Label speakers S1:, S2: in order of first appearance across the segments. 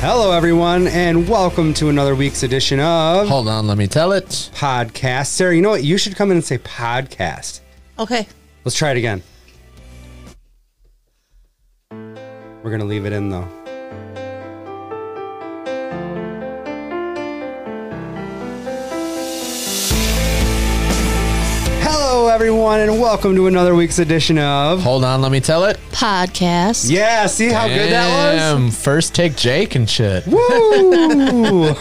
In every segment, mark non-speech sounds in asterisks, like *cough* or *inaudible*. S1: Hello, everyone, and welcome to another week's edition of
S2: Hold on, let me tell it.
S1: Podcast. Sarah, you know what? You should come in and say podcast.
S3: Okay.
S1: Let's try it again. We're going to leave it in, though. Hello, everyone, and welcome to another week's edition of.
S2: Hold on, let me tell it.
S3: Podcast.
S1: Yeah, see how good that was?
S2: Damn, First take Jake and shit.
S1: Woo!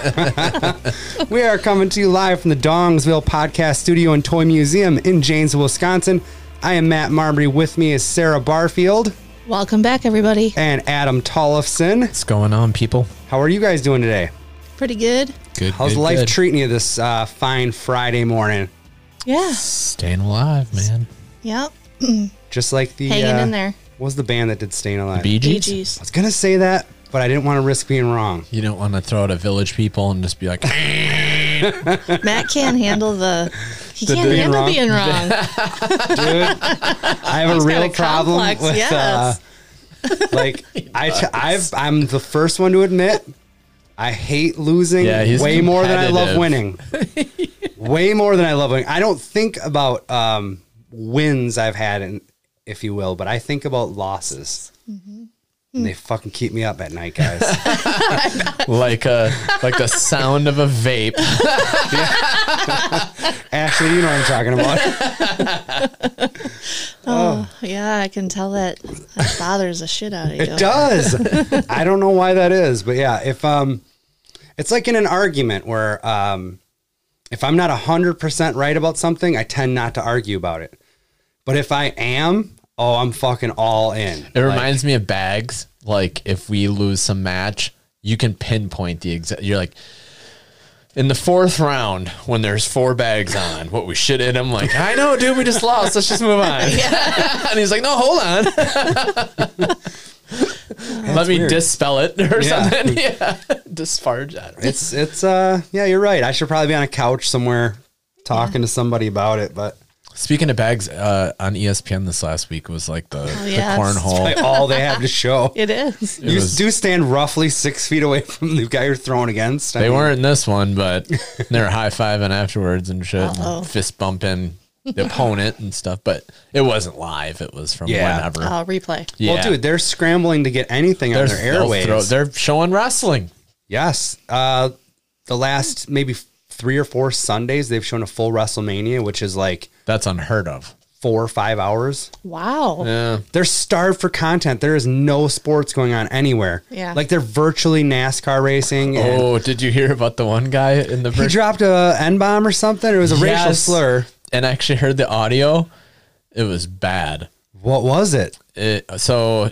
S1: we are coming to you live from the Dongsville Podcast Studio and Toy Museum in Janesville, Wisconsin. I am Matt Marbury. With me is Sarah Barfield
S3: Welcome back, everybody.
S1: and Adam Tollefson.
S2: What's going on, people?
S1: How are you guys doing today?
S3: Pretty good.
S2: Good.
S1: How's
S2: good,
S1: life
S2: good.
S1: treating you this uh, fine Friday morning?
S3: Yeah.
S2: Staying alive, man.
S3: Yep.
S1: Just like the
S3: Hanging
S1: uh,
S3: in there.
S1: what was the band that did "Staying Alive"? I
S2: Bee Gees?
S3: BGs.
S1: was gonna say that, but I didn't want to risk being wrong.
S2: You don't want to throw it at village people and just be like, *laughs*
S3: Matt can't handle the. He can't
S1: being
S3: handle
S1: wrong. *laughs*
S3: being wrong.
S1: Dude, I have a
S3: He's got
S1: real
S3: a
S1: problem
S3: complex,
S1: with
S3: yes.
S1: uh, like I t- I've I'm the first one to admit I hate losing
S2: Yeah, he's
S1: way more than I love
S2: competitive.
S1: winning.
S2: *laughs*
S1: way more than I love winning. I don't think about um, wins I've had, in, if you will, but I think about losses. And they fucking keep me up at night, guys.
S2: like a like the sound of a vape.
S1: Ashley, you know what I'm talking about.
S3: Yeah, I can tell that that bothers the shit out of you.
S1: It
S2: *laughs*
S1: does. I don't know why that is, but yeah, if um, it's like in an argument where um, if I'm not hundred percent right about something, I tend not to argue about it. But if I am, oh, I'm fucking all in.
S2: It reminds me of bags. Like if we lose some match, you can pinpoint the exact. You're like. In the fourth round, when there's four bags on, what we shit in, I'm like, I know, dude, we just lost. Let's just move on. *laughs* and he's like, No, hold on. Let me
S1: weird.
S2: dispel it or
S1: Yeah.
S2: something. *laughs* Yeah, disparage. I don't know.
S1: It's it's uh yeah, you're right. I should probably be on a couch somewhere talking to somebody about it, but
S2: Speaking of bags, uh, on ESPN this last week was like the, the
S3: yes.
S2: cornhole.
S1: like all they have to
S2: *laughs*
S1: show.
S3: It is.
S1: You
S2: was-
S1: do stand roughly six feet away from the guy you're throwing against. I
S2: They
S1: mean,
S2: weren't in this one, but *laughs* they were high fiving afterwards and shit, and
S3: Uh-oh.
S2: fist bumping the opponent and stuff. But it wasn't live; it was from
S1: Yeah.
S2: whenever.
S3: Oh, replay.
S2: yeah,
S1: Well, dude, they're scrambling to get anything on their
S2: they'll
S1: airways.
S2: throw- they're showing wrestling.
S1: Yes. Uh, the last maybe f- three or four Sundays, they've shown a full WrestleMania, which is like
S2: That's unheard of.
S1: four or five hours.
S3: Wow.
S2: Yeah,
S1: They're starved for content. There is no sports going on anywhere.
S3: Yeah.
S1: Like they're virtually NASCAR racing. and
S2: Oh, did you hear about the one guy in the
S1: He
S2: vir-
S1: dropped a N bomb or something. It was a racial
S2: Yes.
S1: slur.
S2: and I actually heard the audio? It was bad.
S1: What was it?
S2: it, so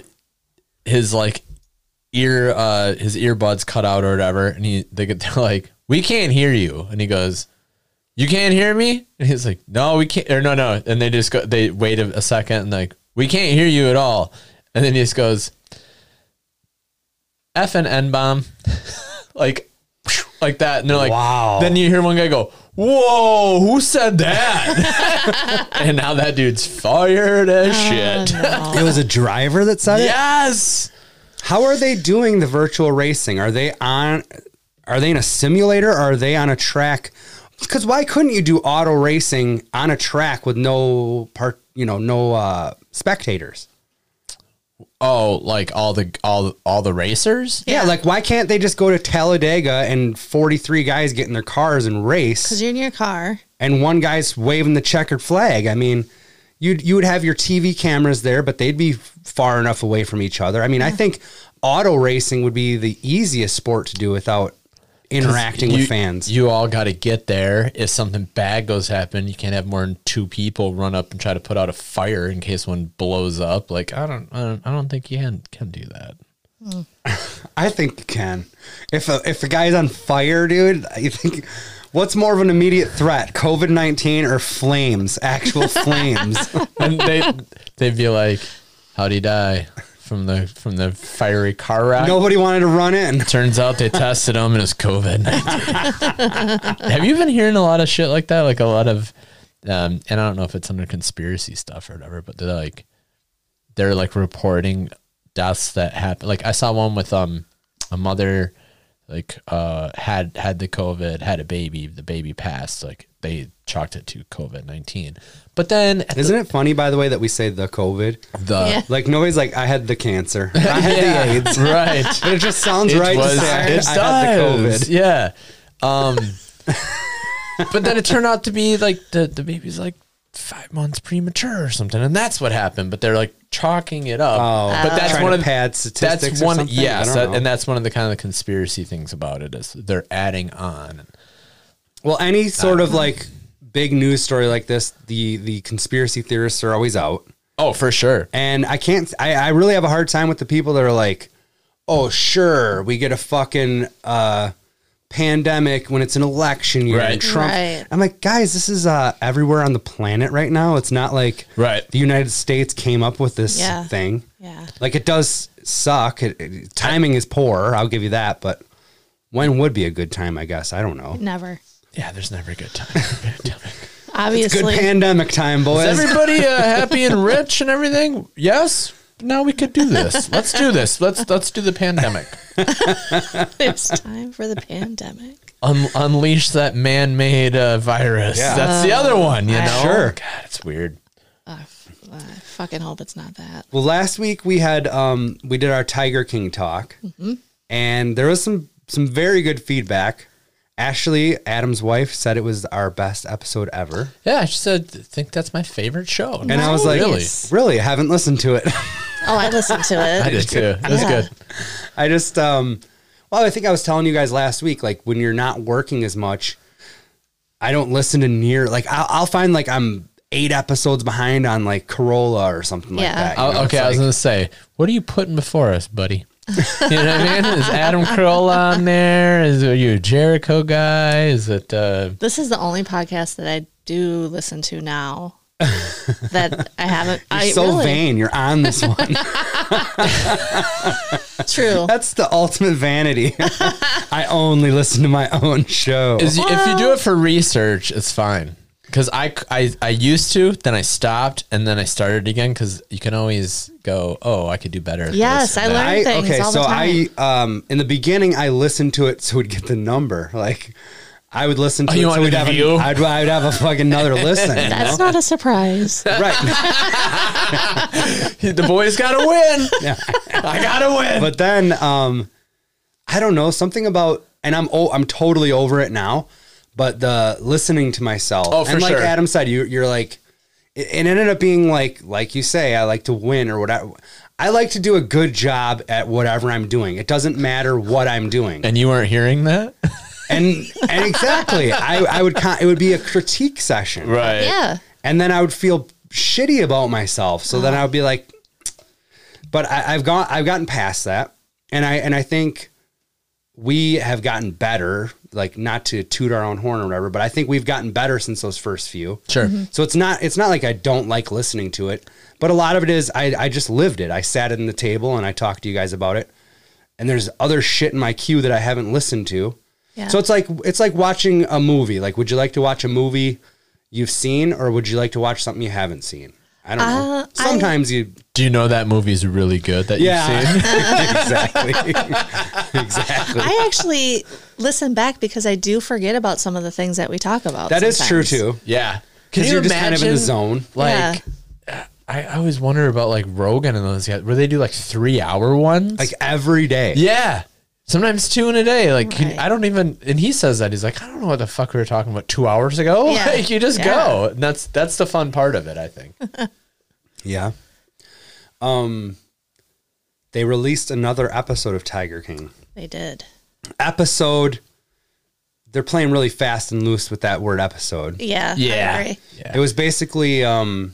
S2: his like ear uh his earbuds cut out or whatever and he they get *laughs* they're like we can't hear you and he goes you can't hear me and he's like no we can't or no no and they just go they wait a, a second and like we can't hear you at all and then he just goes f and n bomb *laughs* like like that and they're like
S1: Wow.
S2: then you hear one guy go whoa who said that *laughs* and now that dude's fired as shit
S3: Oh, No.
S1: It was a driver that said it.
S2: Yes.
S1: How are they doing the virtual racing? Are they on? Are they in a simulator? Or are they on a track? Because why couldn't you do auto racing on a track with no part? You know, no uh, spectators.
S2: Oh, like all the all all the racers?
S1: Yeah.
S3: Yeah.
S1: like why can't they just go to Talladega and forty-three guys get in their cars and race,
S3: Because you're in your car.
S1: and one guy's waving the checkered flag? I mean, you'd you would have your TV cameras there, but they'd be far enough away from each other. I mean, I think auto racing would be the easiest sport to do without interacting
S2: you,
S1: with fans.
S2: You all got to get there. If something bad goes happen, you can't have more than two people run up and try to put out a fire in case one blows up. Like I don't, I don't, I don't think you can can do that.
S1: I think you can. If a, if a guy's on fire, dude, you think what's more of an immediate threat, COVID nineteen or flames, actual flames?
S2: And they *laughs* they'd be like, "How'd he die from the from the fiery car wreck?"
S1: Nobody wanted to run in.
S2: Turns out they tested him and it's COVID 19. Have you been hearing a lot of shit like that? Like a lot of, um, and I don't know if it's under conspiracy stuff or whatever, but they're like, they're like reporting deaths that happen. Like I saw one with um a mother like uh had had the covid had a baby the baby passed like they chalked it to covid-19 but then at
S1: Isn't it funny, by the way, that we say the COVID?
S2: the *laughs*
S3: Yeah.
S1: Like nobody's like, I had the cancer. I had the AIDS.
S2: right
S1: But it just sounds right to say I,
S2: it
S1: I had the
S2: does.
S1: COVID.
S2: Yeah. Um,
S1: *laughs*
S2: but then it turned out to be like the, the baby's like five months premature or something. And that's what happened. But they're like chalking it up.
S1: Oh.
S2: but that's
S1: Trying
S2: one
S1: to
S2: of the
S1: pad
S2: That's
S1: statistics or
S2: one.
S1: something? I
S2: Yes.
S1: don't
S2: that-
S1: know.
S2: and that's one of the kind of conspiracy things about it is they're adding on.
S1: Well, any sort of like big news story like this, the the conspiracy theorists are always out.
S2: Oh, for sure.
S1: And I can't I, I really have a hard time with the people that are like, Oh, sure, we get a fucking uh pandemic when it's an election year
S2: Right.
S1: and Trump
S3: Right.
S1: I'm like, guys, this is uh everywhere on the planet right now. It's not like
S2: Right.
S1: the United States came up with this
S3: Yeah.
S1: thing.
S3: Yeah.
S1: Like it does suck. It, it- timing is poor, I'll give you that, but when would be a good time, I guess. I don't know.
S3: Never.
S2: Yeah. There's never a good time.
S1: *laughs* Good
S3: Obviously.
S1: pandemic time, boys.
S2: Is everybody uh, happy and rich and everything? Yes. Now we could do this. Let's do this. Let's let's do the pandemic.
S3: it's time for the pandemic.
S2: un- unleash that man-made uh, virus.
S1: Yeah.
S2: That's the other one, you
S3: I-
S2: know.
S1: Sure.
S2: God, it's weird.
S3: Uh, f- I fucking hope it's not that.
S1: Well, last week we had um we did our Tiger King talk,
S3: Mm-hmm.
S1: and there was some some very good feedback. Ashley, Adam's wife, said it was our best episode ever,
S2: Yeah, she said, "I think that's my favorite show."
S1: and I was like,
S2: Really?
S1: really, I haven't listened to it. *laughs*
S3: Oh, I listened to it.
S2: I did too. It was
S3: Yeah.
S2: good.
S1: I just um, well, I think I was telling you guys last week, like when you're not working as much, I don't listen to near like I'll, I'll find like I'm eight episodes behind on like Corolla or something like
S3: Yeah.
S1: that. you
S2: Oh,
S1: know? It's
S2: okay, I was
S1: like-
S2: gonna say, what are you putting before us, buddy? you know what I mean? Is Adam Carolla on there? Is are you a Jericho guy? Is it? Uh,
S3: This is the only podcast that I do listen to now that
S1: *laughs*
S3: I haven't. I
S1: so
S3: really,
S1: vain. You're on this *laughs* one.
S3: True.
S1: *laughs* That's the ultimate vanity. *laughs* I only listen to my own show.
S2: Is if you do it for research, it's fine. Because I, c- I- I used to, then I stopped, and then I started again. Because you can always go, oh, I could do better. at this
S3: Yes,
S2: and
S3: I
S2: that."
S3: learned
S1: I
S3: things
S1: okay,
S3: all
S1: so
S3: the time.
S1: I um in the beginning I listened to it so we'd get the number. Like I would listen to
S2: Oh,
S1: it
S2: you
S1: so
S2: wanted
S1: we'd
S2: the
S1: have an-
S2: view?
S1: I'd, I'd have a fucking another listen. you
S3: That's
S1: know?
S3: not a surprise.
S1: right.
S2: *laughs* the boys gotta win.
S1: *laughs*
S2: I gotta win.
S1: But then um I don't know, something about and I'm oh I'm totally over it now, but the listening to myself.
S2: Oh, for
S1: and like
S2: sure.
S1: Adam said, you you're like it, it ended up being like like you say, I like to win or whatever. I like to do a good job at whatever I'm doing. It doesn't matter what I'm
S2: *laughs*
S1: doing.
S2: and you weren't hearing that,
S1: and and exactly I, I would con- it would be a critique session
S2: right?
S1: *laughs*
S3: yeah.
S1: and then i would feel shitty about myself so then i would be like but I, i've gone i've gotten past that and i and i think we have gotten better like not to toot our own horn or whatever but i think we've gotten better since those first few
S2: Sure.
S3: Mm-hmm.
S1: so it's not it's not like i don't like listening to it but a lot of it is i, I just lived it i sat at the table and i talked to you guys about it and there's other shit in my queue that i haven't listened to
S3: Yeah.
S1: so it's like it's like watching a movie. Like, would you like to watch a movie you've seen, or would you like to watch something you haven't seen? I don't
S3: Uh,
S1: know.
S3: I-
S1: Sometimes you,
S2: Do you know that movie's really good that you've *laughs*
S1: yeah,
S2: seen?
S1: exactly, exactly.
S3: I actually listen back because I do forget about some of the things that we talk about.
S1: That is
S3: sometimes.
S1: true too.
S2: *laughs* Yeah. Can
S1: Because
S2: you
S1: you're just kind of in the
S2: imagine,
S1: zone.
S3: Yeah.
S2: Like, I, I always wonder about like Rogan and those guys where they do like three hour ones.
S1: Like every day.
S2: yeah. Sometimes two in a day. Like, can-
S3: Right.
S2: I don't even, and he says that. He's like, I don't know what the fuck we were talking about two hours ago.
S3: Yeah.
S2: *laughs* Like, you just
S3: Yeah.
S2: go. And that's, that's the fun part of it, I
S3: *laughs*
S2: think.
S1: Yeah. Um they released another episode of Tiger King.
S3: They did.
S1: Episode they're playing really fast and loose with that word episode.
S3: Yeah. I
S2: Yeah.
S3: agree.
S2: Yeah.
S1: It was basically um,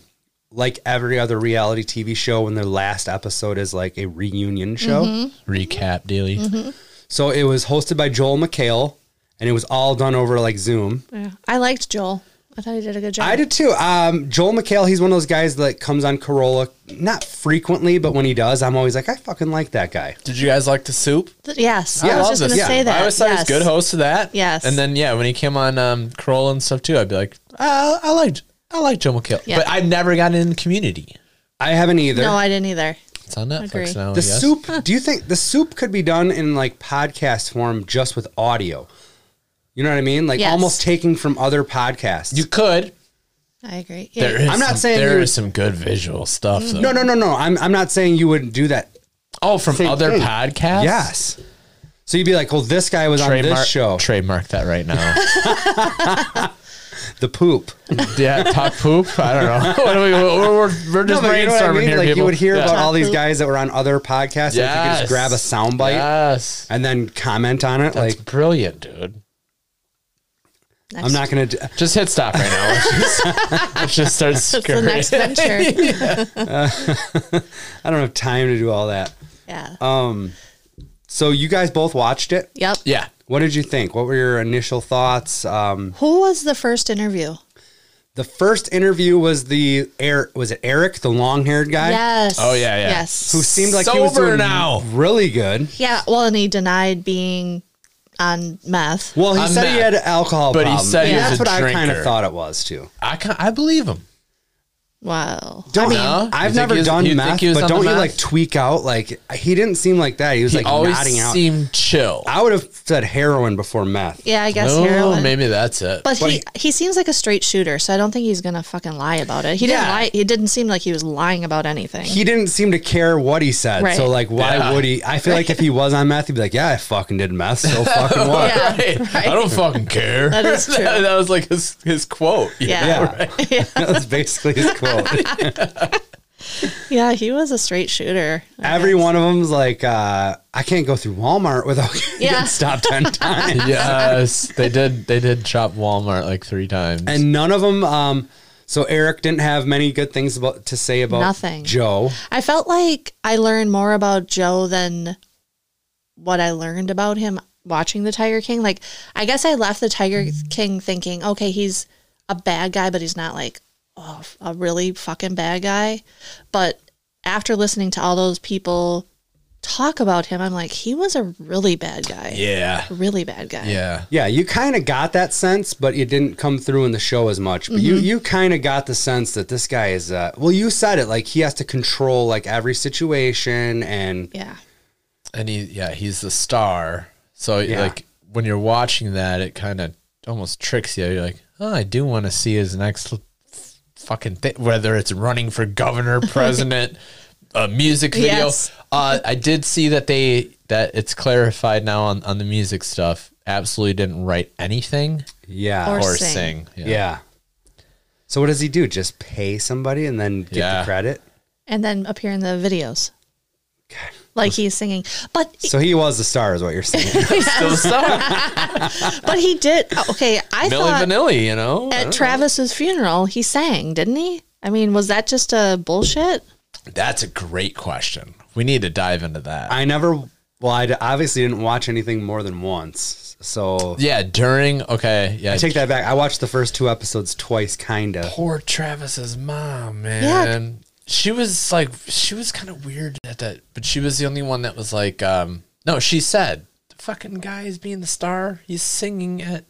S1: like every other reality TV show when their last episode is like a reunion show.
S2: Recap daily.
S3: Mm-hmm.
S1: So it was hosted by Joel McHale and it was all done over like Zoom.
S3: Yeah. I liked Joel. I thought he did a good job.
S1: I did too. Um, Joel McHale, he's one of those guys that comes on Corolla, not frequently, but when he does, I'm always like, I fucking like that guy.
S2: Did you guys like the soup?
S3: Th- Yes.
S1: Yeah,
S3: I
S1: I
S3: was
S1: love
S3: just going to
S1: this. Yeah.
S3: say that.
S2: I always thought
S3: yes.
S2: he was a good host of that.
S3: Yes.
S2: And then yeah, when he came on um Kroll and stuff too, I'd be like, I, I liked I like Joe McHale.
S3: Yeah.
S2: But I've never gotten in community.
S1: I haven't either.
S3: No, I didn't either.
S2: It's on Netflix
S3: Agree.
S2: now. I
S1: The
S2: guess.
S1: soup. Do you think the soup could be done in like podcast form just with audio? You know what I mean? Like
S3: Yes.
S1: almost taking from other podcasts.
S2: You could.
S3: I agree.
S2: There
S3: Yeah.
S2: is
S1: I'm not
S2: some,
S1: saying
S2: there
S1: you-
S2: is some good visual stuff. Though.
S1: no, no, no, no. I'm I'm not saying you wouldn't do that.
S2: Oh, from
S1: Same
S2: other
S1: thing.
S2: podcasts.
S1: Yes. So you'd be like, "Well, this guy was on
S2: Trademark,
S1: this show,
S2: trademark that right now. *laughs*
S1: the poop."
S2: yeah, talk poop. I don't know. *laughs* What do we, we're, we're, we're
S1: No,
S2: just
S1: but
S2: brainstorming
S1: you know what I mean?
S2: here.
S1: Like
S2: people.
S1: you would hear
S2: Yeah.
S1: about all these guys that were on other podcasts. Like you could
S2: Yes.
S1: just grab a soundbite
S2: Yes,
S1: and then comment on it.
S2: that's
S1: like
S2: brilliant, dude.
S3: Next.
S1: I'm not gonna. Do-
S2: Just hit stop right now. Let's just, *laughs* let's just start
S3: That's the next
S2: scurrying.
S1: *laughs*
S3: venture.
S1: I don't have time to do all that.
S3: yeah.
S1: Um, So you guys both watched it.
S3: yep.
S2: Yeah,
S1: What did you think? What were your initial thoughts? Um,
S3: Who was the first interview?
S1: the first interview was the Eric. Was it Eric, the long-haired guy?
S3: Yes.
S2: Oh, yeah, yeah.
S3: Yes.
S1: Who seemed like he was
S2: Sober
S1: doing
S2: now.
S1: really good.
S3: Yeah. Well, and he denied being on meth.
S1: Well, he
S2: I'm
S1: said he
S2: mad.
S1: had alcohol,
S2: But he
S1: problem,
S2: said he
S1: and
S2: was
S1: that's
S2: a
S1: what I kind of
S2: drinker.
S1: thought it was too.
S2: I can, I believe him.
S3: wow.
S1: Don't
S2: mean- No? You
S1: I've
S2: think
S1: never
S2: he was- you
S1: done
S2: think
S1: meth,
S2: he was
S1: but
S2: on
S1: don't
S2: the
S1: you
S2: meth?
S1: like tweak out? Like he didn't seem like that. He was
S2: He
S1: like
S2: always
S1: nodding out.
S2: seemed chill.
S1: I would have said heroin before meth.
S3: Yeah, I guess
S2: oh,
S3: heroin.
S2: maybe that's it. *laughs*
S3: But he, he seems like a straight shooter, so I don't think he's gonna fucking lie about it. He didn't
S1: Yeah.
S3: lie. He didn't seem like he was lying about anything.
S1: He didn't seem to care what he said.
S3: Right.
S1: So like, why
S2: Yeah.
S1: would he? I feel like if he was on meth, he'd be like, "Yeah, I fucking did meth.
S2: *laughs*
S1: So fucking what?
S3: Yeah,
S2: Right. I don't fucking care.
S3: That
S2: *laughs*
S3: is true.
S2: that, that was like his, his quote.
S1: *laughs*
S3: yeah.
S1: Yeah.
S3: yeah,
S1: *laughs*
S3: *laughs*
S1: that was basically his quote.
S3: he was a straight shooter.
S1: Every one of them's like, uh, I can't go through Walmart without *laughs*
S3: Yeah.
S1: getting stopped
S3: *laughs*
S1: ten times.
S2: Yes, they did. They did chop Walmart like three times.
S1: And none of them. Um, so Eric didn't have many good things about to say about
S3: Nothing.
S1: Joe.
S3: I felt like I learned more about Joe than what I learned about him watching The Tiger King. Like, I guess I left The Tiger
S2: Mm-hmm.
S3: King thinking, okay, he's a bad guy, but he's not like oh, a really fucking bad guy. But after listening to all those people talk about him, I'm like, he was a really bad guy.
S2: yeah,
S3: A Really bad guy.
S2: yeah.
S1: Yeah, you kind of got that sense, but it didn't come through in the show as much. But
S3: Mm-hmm.
S1: you you kind of got the sense that this guy is. Uh, well, you said it like he has to control like every situation, and
S3: Yeah.
S2: And he, yeah, he's the star. So
S1: Yeah.
S2: like when you're watching that, it kind of almost tricks you. You're like, oh, I do want to see his next l- fucking thing, whether it's running for
S3: *laughs*
S2: governor, president, a music video.
S3: Yes.
S2: Uh, I did see that they that it's clarified now on on the music stuff. Absolutely didn't write anything
S1: yeah,
S3: Or
S2: or,
S3: sing.
S2: sing.
S1: yeah. So what does he do? Just pay somebody and then get
S2: Yeah.
S1: the credit.
S3: And then appear in the videos. Like he's singing. But
S1: So he was the star, is what you're saying.
S2: Still the star.
S3: *laughs* but he did okay, I
S2: Millie
S3: thought
S2: Vanilli, Oh. you know.
S3: at Travis's funeral, he sang, didn't he? I mean, was that just a bullshit?
S2: That's a great question. We need to dive into that.
S1: I never. Well, I d- obviously didn't watch anything more than once. So
S2: yeah, during okay, yeah.
S1: I take that back. I watched the first two episodes twice, kind of.
S2: poor Travis's mom, man. She was like she was kind of weird at that, but she was the only one that was like um no, she said the fucking guy is being the star. He's singing at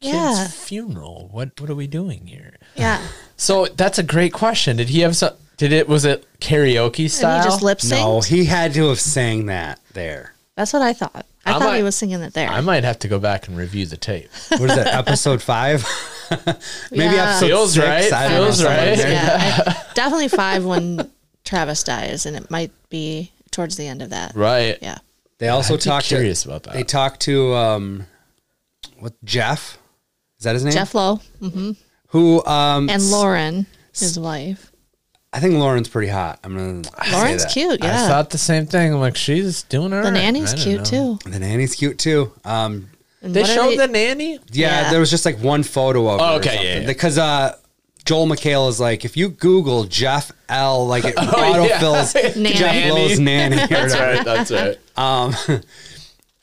S2: kid's
S3: Yeah.
S2: funeral. What what are we doing here?
S3: Yeah.
S2: So that's a great question. Did he have some did it was it karaoke
S3: And
S2: style?
S3: he just lip synced.
S1: No, he had to have sang that there.
S3: That's what I thought. I,
S2: I
S3: thought he
S2: might-
S3: was singing it there.
S2: I might have to go back and review the tape. *laughs*
S1: What
S3: *laughs*
S1: is that? episode five? *laughs* Maybe
S3: Yeah.
S1: episode
S2: Feels
S1: six.
S2: right,
S1: I don't know,
S2: feels
S1: something
S2: right.
S1: there.
S3: yeah.
S2: *laughs*
S3: I- definitely five when Travis dies, and it might be towards the end of that.
S2: Right.
S3: Yeah.
S1: They also
S2: I'd be
S1: talked
S2: curious
S1: to,
S2: about that.
S1: They talked to um, what Jeff? Is that his name?
S3: Jeff Lowe
S2: Mm-hmm.
S3: hmm
S1: Who? Um,
S3: and Lauren, his wife.
S1: I think Lauren's pretty hot. I'm gonna. say
S3: Lauren's
S1: that.
S3: cute.
S2: I
S3: Yeah.
S2: thought the same thing. I'm like, she's doing her.
S3: The nanny's cute too.
S1: The nanny's cute too. Um,
S3: And
S2: They
S3: what are
S2: showed the nanny.
S1: yeah,
S3: Yeah.
S1: there was just like one photo of.
S2: Oh,
S1: her or
S2: okay, yeah,
S1: something.
S2: yeah.
S1: Because uh, Joel McHale is like, if you Google Jeff L, like
S2: *laughs* Oh,
S1: it autofills
S3: Nanny.
S1: Jeff Lowe's nanny. or whatever.
S2: right. That's right.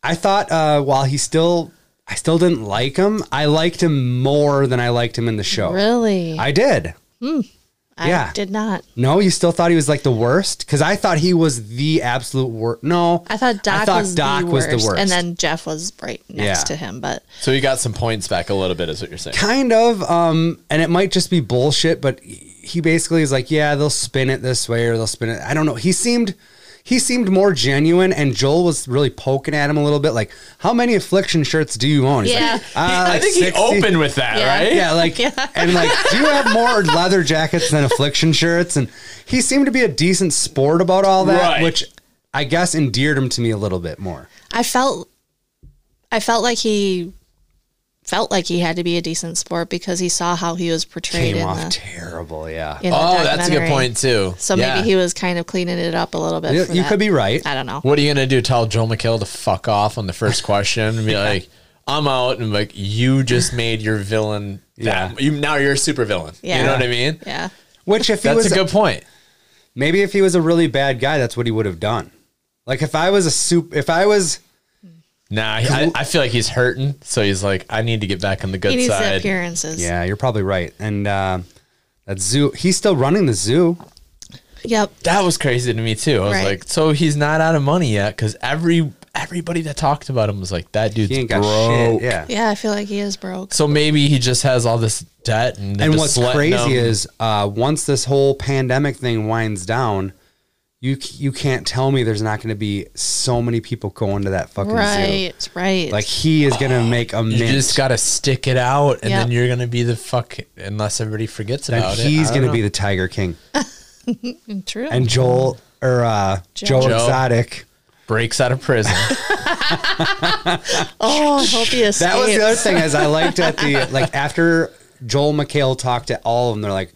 S1: I thought uh, while he still, I still didn't like him. I liked him more than I liked him in the show.
S3: Really?
S1: I did.
S3: I
S1: yeah.
S3: did not.
S1: No, you still thought he was like the worst because I thought he was the absolute worst. No,
S3: I thought Doc, was,
S1: Doc
S3: the
S1: was the worst.
S3: And then Jeff was right next
S1: Yeah.
S3: to him. But
S2: So you got some points back a little bit, is what you're saying.
S1: kind of, um, and it might just be bullshit, but he- he basically is like, yeah, they'll spin it this way or they'll spin it. I don't know. He seemed he seemed more genuine, and Joel was really poking at him a little bit, like, how many affliction shirts do you own? He's
S3: Yeah.
S1: like, "Ah,
S2: *laughs* I
S1: like
S2: think
S1: 60."
S2: he opened with that,
S3: Uh, Yeah.
S2: right?
S1: Yeah,
S2: *laughs*
S1: like and like, do you have more leather jackets than affliction shirts? And he seemed to be a decent sport about all that,
S2: Right.
S1: which I guess endeared him to me a little bit more.
S3: I felt I felt like he felt like he had to be a decent sport because he saw how he was portrayed
S1: Came
S3: in
S1: off
S3: the,
S1: terrible, yeah.
S3: in the
S2: Oh, that's a good
S3: documentary.
S2: point too.
S3: So
S2: Yeah.
S3: maybe he was kind of cleaning it up a little bit.
S1: You-
S3: for
S1: you
S3: that.
S1: could be right.
S3: I don't know.
S2: What are you gonna do? Tell Joe McHale to fuck off on the first question and be like, "I'm out," and like, "You just made your villain.
S1: Yeah.
S2: Yeah, you, now you're a super villain.
S3: Yeah.
S2: You know what I mean?
S3: Yeah.
S1: Which if he
S2: That's a
S1: was
S2: good point.
S1: maybe if he was a really bad guy, that's what he would have done. Like if I was a soup, if I was
S2: Nah, I, I feel like he's hurting, so he's like, "I need to get back on the
S3: He
S2: good
S3: needs the
S2: side."
S3: appearances.
S1: yeah, you're probably right. And uh, that zoo, he's still running the zoo.
S3: Yep.
S2: That was crazy to me too. I was
S3: Right.
S2: like, "So he's not out of money yet?" Because every everybody that talked about him was like, "That dude's
S1: He ain't got
S2: broke."
S1: shit. Yeah.
S3: Yeah, I feel like he is broke.
S2: So maybe he just has all this debt, and, they're
S1: And what's
S2: just letting
S1: crazy
S2: him-
S1: is uh, once this whole pandemic thing winds down, you c- you can't tell me there's not going to be so many people going to that fucking
S3: Right, right.
S1: zoo. Like he is
S2: *sighs*
S1: going to make a mint.
S2: You just gotta stick it out, and
S3: Yeah.
S2: then you're gonna be the fuck unless everybody forgets
S1: and
S2: about it.
S1: he's
S2: I don't
S1: going to
S2: know.
S1: be the Tiger King.
S3: True.
S1: And Joel or uh, Joe,
S3: Joe.
S2: Joe.
S1: Exotic.
S2: *laughs* breaks out of *laughs* prison.
S3: oh, I hope he escapes.
S1: *laughs* That was the other thing is I liked at the like after Joel McHale talked to all of them, they're like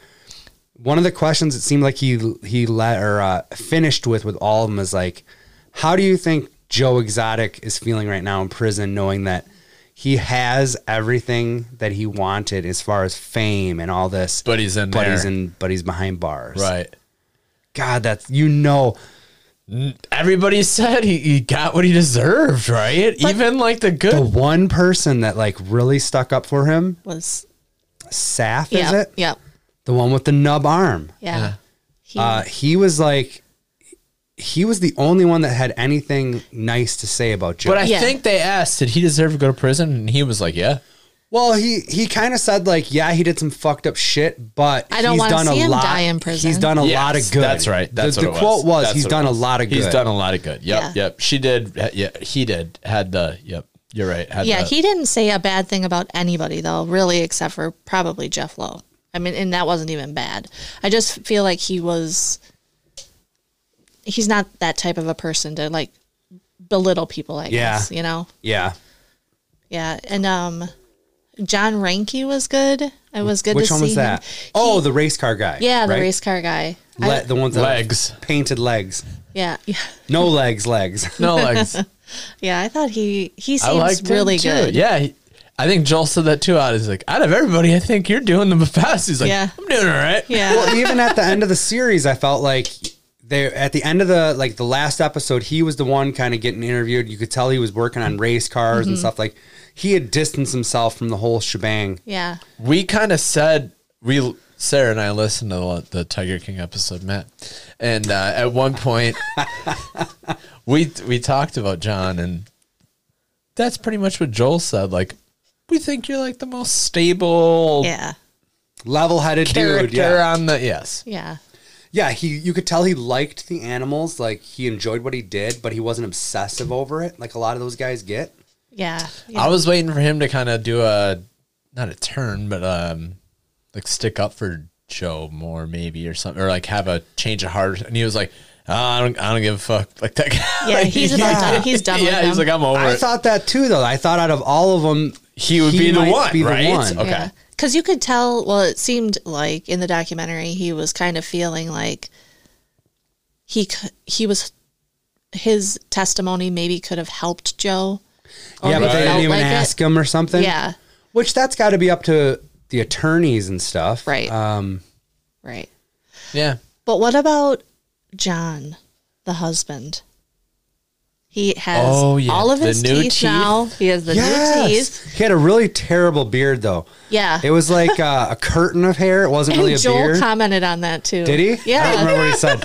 S1: one of the questions it seemed like he he let or uh, finished with with all of them is like, how do you think Joe Exotic is feeling right now in prison, knowing that he has everything that he wanted as far as fame and all this,
S2: But he's in
S1: but
S2: there.
S1: he's in, but he's behind bars.
S2: right.
S1: God, that's you know,
S2: Everybody said he, he got what he deserved, right? Even like the good.
S1: the one person that like really stuck up for him,
S3: was
S1: Saf, is
S3: yeah,
S1: it?
S3: yeah,
S1: The one with the nub arm.
S3: yeah. He,
S1: Uh, he was like, he was the only one that had anything nice to say about Joe.
S2: but I
S3: Yeah.
S2: think they asked, did he deserve to go to prison? And he was like, yeah.
S1: well, he he kind of said like, yeah, he did some fucked up shit, but
S3: I don't
S1: he's
S3: wanna
S1: done
S3: see
S1: a
S3: him
S1: lot.
S3: die in prison.
S1: He's done a
S2: Yes,
S1: lot of good.
S2: That's right. That's
S1: the, the
S2: what it
S1: quote was.
S2: That's
S1: he's
S2: what it
S1: done
S2: was.
S1: a lot of good.
S2: He's done a lot of good. Yep.
S3: Yeah.
S2: Yep. She did. Yeah. He did. Had the. Yep. You're right. Had
S3: yeah,
S2: the-
S3: he didn't say a bad thing about anybody though, really, except for probably Jeff Lowe. I mean, and that wasn't even bad. I just feel like he was. He's not that type of a person to like belittle people. I
S1: Yeah.
S3: guess you know.
S1: yeah.
S3: Yeah, and um, John Ranke was good. It was good.
S1: Which
S3: to
S1: one
S3: see
S1: was that?
S3: Him.
S1: oh, the race car guy.
S3: Yeah, the
S1: right?
S3: race car guy. I-
S1: Le- the ones that
S2: Legs.
S1: painted legs.
S3: yeah, *laughs* yeah,
S1: No legs, legs. *laughs*
S2: No
S3: *laughs*
S2: legs.
S3: yeah. I thought he he
S2: I
S3: seems
S2: liked him,
S3: really
S2: too.
S3: good.
S2: Yeah. he- I think Joel said that too. Out he's like, out of everybody, I think you're doing the best. He's like,
S3: Yeah.
S2: I'm doing all right.
S3: yeah.
S1: well, even at the end of the series, I felt like they at the end of the like the last episode, he was the one kind of getting interviewed. You could tell he was working on race cars
S3: Mm-hmm.
S1: and stuff. Like he had distanced himself from the whole shebang.
S3: yeah.
S2: we kind of said we Sarah and I listened to the, the Tiger King episode, Matt, and uh, at one
S3: *laughs*
S2: point we we talked about John, and that's pretty much what Joel said. Like, we think you're like the most stable
S3: Yeah.
S1: Level-headed
S2: character
S1: dude. Yeah.
S2: on the yes.
S3: Yeah.
S1: yeah, he you could tell he liked the animals. Like he enjoyed what he did, but he wasn't obsessive over it like a lot of those guys get.
S3: Yeah. Yeah.
S2: I was waiting for him to kind of do a not a turn, but um, like stick up for Joe more maybe or something, or like have a change of heart. And he was like, "Ah, I don't, I don't give a fuck. *laughs* Like that guy.
S3: Yeah,
S2: Like,
S3: he's about
S1: Yeah.
S3: done. He's done
S2: yeah,
S3: with
S2: he's
S3: them.
S2: like, I'm over
S1: I
S2: it.
S1: thought that too, though. I thought out of all of them,
S2: He would be the
S1: might
S2: one, right? Okay.
S3: Yeah. Because you could tell, well, it seemed like in the documentary, he was kind of feeling like he c- he was, his testimony maybe could have helped Joe. or
S1: Yeah,
S3: he
S1: but they
S3: felt
S1: didn't even
S3: like it.
S1: ask him or something.
S3: Yeah.
S1: Which that's got to be up to the attorneys and stuff.
S3: Right.
S1: Um,
S3: Right.
S2: Yeah.
S3: But what about John, the husband? He has
S2: Oh, yeah,
S3: all of
S2: the
S3: his
S2: new
S3: teeth,
S2: teeth.
S3: now. He has the new teeth.
S1: He had a really terrible beard, though.
S3: Yeah.
S1: It was like uh, a curtain of hair. It wasn't really a
S3: and Joel
S1: beard.
S3: commented on that too.
S1: Did he? I don't
S3: Yeah.
S1: remember what he
S3: *laughs*
S1: said.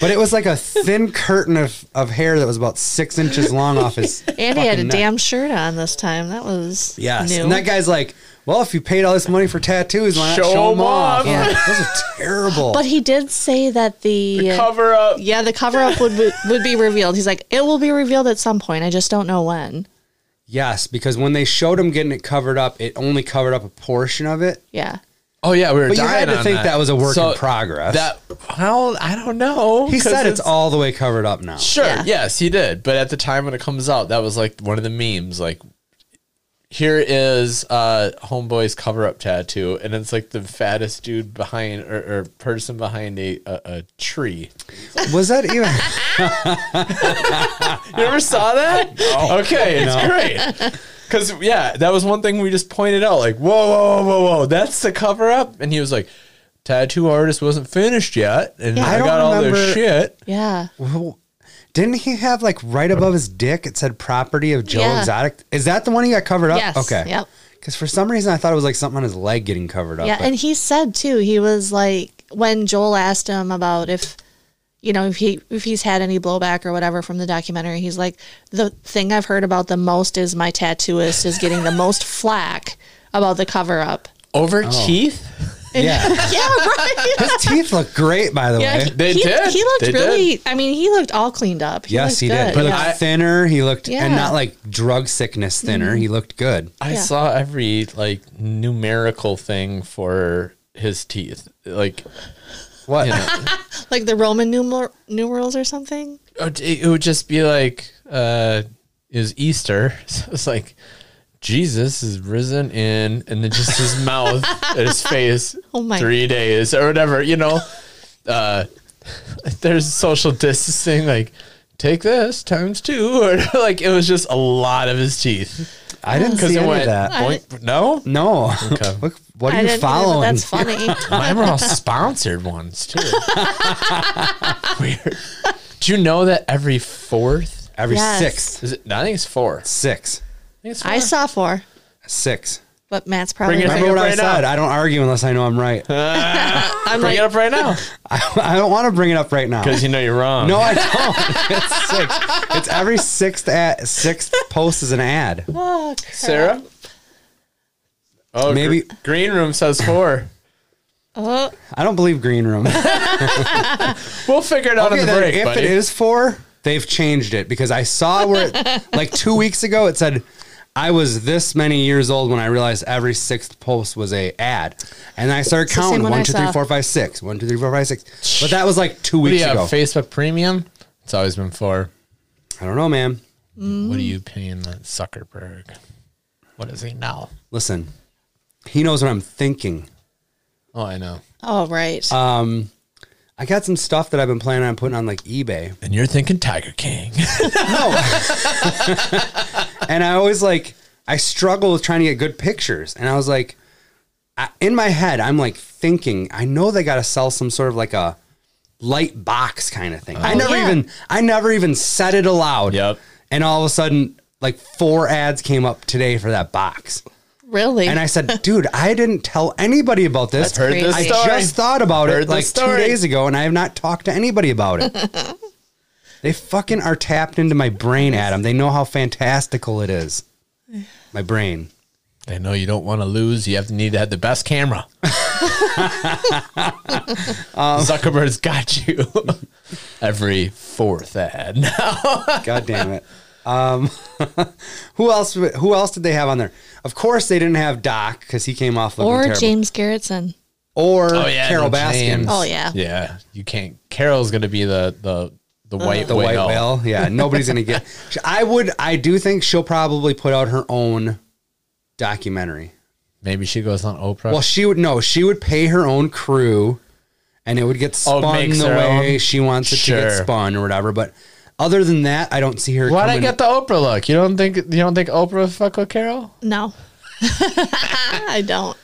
S1: But it was like a thin curtain of, of hair that was about six inches long off his.
S3: *laughs* And he had a
S1: fucking neck.
S3: damn shirt on this time. That was
S1: Yes.
S3: new.
S1: And that guy's like, well, if you paid all this money for tattoos, why not
S2: Show
S1: show,
S2: 'em
S1: them off?
S2: off.
S3: *laughs*
S1: Yeah, those are terrible.
S3: But he did say that the,
S2: Cover up.
S3: yeah the cover up would be, would be revealed. He's like, it will be revealed at some point. I just don't know when.
S1: yes, because when they showed him getting it covered up, it only covered up a portion of it.
S3: Yeah,
S2: Oh yeah, we were.
S1: But you
S2: dying
S1: had to
S2: on
S1: think that. was a work
S2: So
S1: in progress.
S2: That well, I don't know.
S1: he
S2: 'cause
S1: said it's all the way covered up now.
S2: Sure.
S3: Yeah.
S2: Yes, he did. But at the time when it comes out, that was like one of the memes. Like, here is uh homeboy's cover up tattoo, and it's like the fattest dude behind or, or person behind a, a a tree.
S1: Was that even? *laughs*
S2: You ever saw that? Okay, it's great.
S1: *laughs*
S2: Because yeah, that was one thing we just pointed out. Like, whoa, whoa, whoa, whoa, whoa, that's the cover up. And he was like, tattoo artist wasn't finished yet, and
S3: Yeah.
S2: I,
S1: I don't
S2: got all
S1: remember-
S2: their shit.
S3: yeah.
S1: Well, didn't he have like right above his dick? It said property of Joe
S3: Yeah.
S1: Exotic. Is that the one he got covered up?
S3: Yes,
S1: Okay.
S3: yep.
S1: Because for some reason I thought it was like something on his leg getting covered up.
S3: Yeah,
S1: but-
S3: and he said too. He was like when Joel asked him about if you know if he if he's had any blowback or whatever from the documentary, he's like the thing I've heard about the most is my tattooist is getting the most flack about the cover up.
S1: Oh.
S2: Over teeth?
S1: yeah.
S3: Yeah, *laughs* right.
S1: his teeth look great, by the
S3: *laughs* yeah,
S1: way.
S3: he,
S2: They
S3: he-
S2: did.
S3: He looked
S2: They
S3: really. I mean, he looked all cleaned up. He
S1: yes,
S3: looked
S1: he
S3: good,
S1: did. But
S3: yeah.
S1: looked thinner. He looked,
S3: Yeah. Mm-hmm.
S1: and not like drug sickness thinner. He looked good.
S2: I
S3: Yeah.
S2: saw every like numerical thing for his teeth. Like
S1: What?
S2: you know,
S3: like the Roman numer- numerals or something.
S2: it it would just be like uh is Easter. *laughs* So it's like Jesus is risen in and then just
S3: *laughs*
S2: his mouth and his face
S3: Oh my-
S2: three days or whatever, you know. Uh there's social distancing like take this times two *laughs* or like it was just a lot of his teeth.
S1: I didn't
S2: Because
S1: see
S2: it
S1: any
S2: went
S1: of that.
S3: Oh, I-
S2: boink, no?
S1: No.
S2: Okay.
S1: *laughs* Look, what
S3: I
S1: are you
S3: didn't either, but
S1: following? *laughs*
S3: that's funny.
S2: Mine were all sponsored ones too. Weird. Do you know that every fourth
S1: Every
S3: Yes.
S1: sixth,
S2: is it? no, I think it's four. I
S1: six,
S2: think it's four.
S3: I saw four,
S1: six.
S3: but Matt's probably.
S2: it
S3: right.
S2: Bring
S1: Remember what
S2: up
S1: I
S2: right now.
S1: said? I don't argue unless I know I'm
S2: *laughs*
S1: right. *laughs*
S3: I'm
S2: Bring
S3: like,
S2: it up right now
S1: I, I don't want to bring it up right now.
S2: because you know you're wrong.
S1: No, I don't. *laughs* It's six. It's every sixth ad, sixth post is an ad.
S3: oh, crap.
S2: Sarah. Oh, maybe
S1: Maybe-
S2: green room says four.
S3: Oh.
S1: I don't believe green room. okay,
S2: We'll figure it out in the
S1: then
S2: break,
S1: if
S2: buddy.
S1: it is four, they've changed it because I saw
S3: *laughs*
S1: where it, like two weeks ago it said I was this many years old when I realized every sixth post was a ad, and I started
S3: the same
S1: counting
S3: one I
S1: one, two, three,
S3: saw.
S1: four, five, six. One, two, three, four, five, six. But that was like two
S2: What do
S1: weeks
S2: you have?
S1: ago.
S2: Facebook Premium. It's always been four.
S1: I don't know, man.
S2: What are you paying that Zuckerberg? What is he now?
S1: Listen, he knows what I'm thinking.
S2: Oh, I know.
S3: Oh right.
S1: Uh, I got some stuff that I've been planning on putting on like eBay.
S2: And you're thinking Tiger King. *laughs*
S1: and I always like I struggle with trying to get good pictures. And I was like, I, in my head, I'm like thinking, I know they got to sell some sort of like a light box kind of thing. I never
S3: yeah.
S1: even I never even said it aloud.
S2: Yep.
S1: And all of a sudden, like four ads came up today for that box.
S3: really?
S1: And I said, dude, I didn't tell anybody about this.
S2: Heard this
S1: I
S3: crazy.
S2: story.
S1: just thought about
S2: Heard
S1: it
S2: the
S1: like two
S2: story.
S1: days ago, and I have not talked to anybody about
S2: *laughs*
S1: it. they fucking are tapped into my brain, Adam. They know how fantastical it is. My brain.
S2: They know you don't want to lose. You have to need to have the best camera.
S1: *laughs*
S2: *laughs*
S1: Um,
S2: Zuckerberg's
S1: *laughs*
S2: got you. Every fourth ad.
S1: God damn it. Um, *laughs* who else? Who else did they have on there? Of course, they didn't have Doc because he came off looking
S3: or
S1: terrible.
S3: James Garrettson.
S1: or
S2: Oh, yeah,
S1: Carol
S2: no,
S1: Baskin,
S2: James.
S3: Oh yeah.
S2: yeah, you can't. Carol's gonna be the the the
S3: Uh.
S2: white
S1: the
S2: whale.
S1: white whale. Yeah, nobody's gonna
S2: *laughs*
S1: get. I would. I do think she'll probably put out her own documentary.
S2: Maybe she goes on Oprah.
S1: Well, she would no. She would pay her own crew, and it would get
S2: Oh, it
S1: spun
S2: makes
S1: the
S2: their
S1: way
S2: own?
S1: she wants it to get
S2: Sure.
S1: spun or whatever. But other than that, I don't see her.
S2: Why'd I
S1: coming-
S2: get the Oprah look? You don't think you don't think Oprah would fuck with Carol?
S3: No. *laughs* I don't.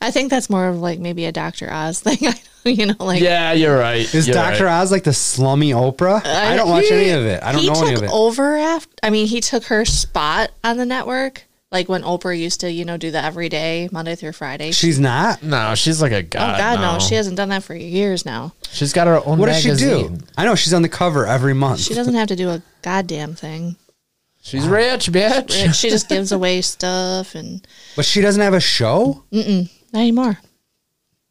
S3: I think that's more of like maybe a Dr. Oz thing. *laughs* you know, like
S2: Yeah, you're right.
S1: Is Doctor Oz like the slummy Oprah? I, don't watch
S3: *laughs* he-
S1: any of it. I don't
S3: he
S1: know
S3: took
S1: any of it.
S3: over after. I mean, he took her spot on the network, like when Oprah used to, you know, do the every day Monday through Friday.
S1: She's not.
S2: No, she's like a
S3: oh
S2: god.
S3: God, no.
S2: now.
S3: she hasn't done that for years now.
S2: she's got her own.
S1: What does she do?
S2: magazine.
S1: I know she's on the cover every month.
S3: She doesn't have to do a goddamn thing.
S2: She's rich, bitch. *laughs*
S3: Right? She just gives away stuff and
S1: But she doesn't have a show?
S3: not anymore.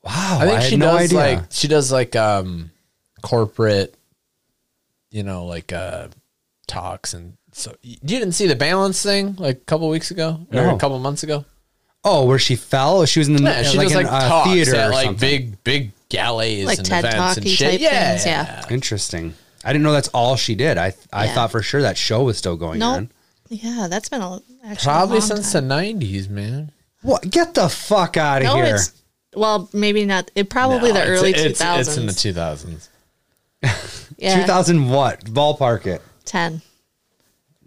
S1: Wow.
S2: I think
S1: had
S2: she
S1: no
S2: does
S1: idea.
S2: like she does like um corporate, you know, like uh talks and so you didn't see the balance thing like a couple weeks ago or
S1: No.
S2: a couple months ago.
S1: oh, where she fell? She was in the
S2: Yeah, she
S1: like,
S2: does
S1: in,
S2: like
S1: uh,
S2: talks
S1: theater
S2: at
S1: or
S2: like
S1: something.
S2: big big galas
S3: Like
S2: and
S3: TED
S2: events and
S3: Talky
S2: shit.
S3: type
S2: yeah,
S3: things, yeah.
S1: Interesting. I didn't know that's all she did. I I
S3: Yeah.
S1: thought for sure that show was still going
S3: Nope.
S1: on.
S3: Yeah, that's been a actually
S2: Probably
S3: a long
S2: since
S3: time.
S2: the nineties, man.
S1: What? Get the fuck out of
S3: no,
S1: here.
S3: it's well, maybe not. It probably
S2: No,
S3: the
S2: it's-
S3: early
S2: it's,
S3: two
S2: It's, in the
S3: thousands.
S2: two thousands.
S3: Yeah,
S1: 2000 what? Ballpark it.
S3: ten.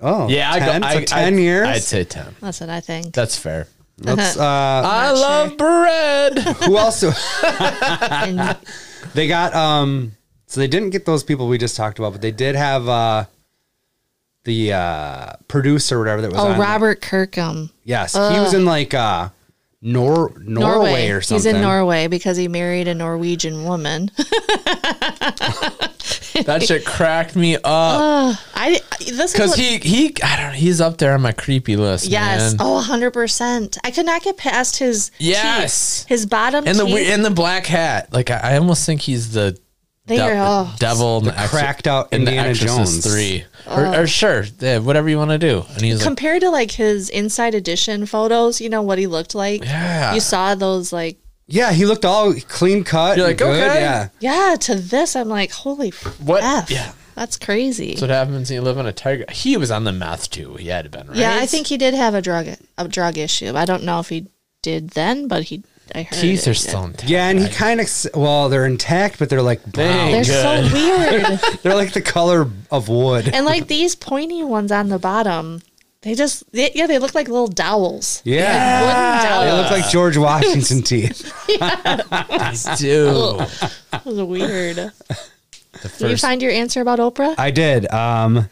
S1: Oh.
S2: Yeah, I
S1: 10?
S2: go, I,
S1: so
S2: I-
S1: 10 years?
S2: I'd say ten.
S3: That's what I think.
S2: That's fair.
S1: Let's,
S3: *laughs*
S1: uh,
S2: I
S3: not
S2: love bread.
S1: who else? *laughs* do-
S3: And
S1: they got, um, so they didn't get those people we just talked about, but they did have, uh, the, uh, producer or whatever that was
S3: oh,
S1: on.
S3: Robert Kirkham,
S1: Yes. he was in like, uh, Nor- Norway,
S3: Norway.
S1: or
S3: He's
S1: something.
S3: in Norway because he married a Norwegian woman. *laughs*
S2: that shit cracked me up.
S3: I this is
S2: Because
S3: what,
S2: he he I don't know, he's up there on my creepy list.
S3: yes,
S2: man.
S3: oh, 100 percent. I could not get past his
S2: Yes.
S3: teeth. his bottom
S2: and the
S3: teeth.
S2: we- and the black hat. Like I, I almost think he's the
S3: They
S2: de-
S3: are- oh.
S2: devil, in the Exor-
S1: cracked out
S2: in
S1: Indiana Jones.
S2: Exorcist three,
S3: Oh.
S2: or, or sure, yeah, whatever you want to do. And he's like,
S3: compared to like his Inside Edition photos, you know what he looked like.
S2: Yeah.
S3: you saw those like
S1: Yeah. He looked all clean cut.
S2: You're
S1: and
S2: like,
S1: good.
S2: okay.
S1: Yeah.
S3: Yeah, to this, I'm like, holy what?
S2: What-
S3: F.
S2: yeah.
S3: That's crazy.
S2: "That's what happens when you live on a tiger." He was on the meth too. He had to been right.
S3: yeah, I think he did have a drug a drug issue. I don't know if he did then, but he I heard
S2: teeth
S3: it.
S2: are still intact.
S1: Yeah. And he kind of, well, they're intact, but they're like brown. *laughs*
S3: They're
S1: They're,
S2: ain't-
S3: so
S2: *laughs*
S3: weird.
S1: like the color of wood.
S3: and like these pointy ones on the bottom, they just they, yeah, they look like little dowels.
S1: yeah.
S3: Wooden
S1: They
S3: dowels.
S1: look like George Washington teeth.
S2: dude.
S3: That was weird.
S2: The
S3: Did you
S2: first
S3: find your answer about Oprah?
S1: *laughs* I did. Um,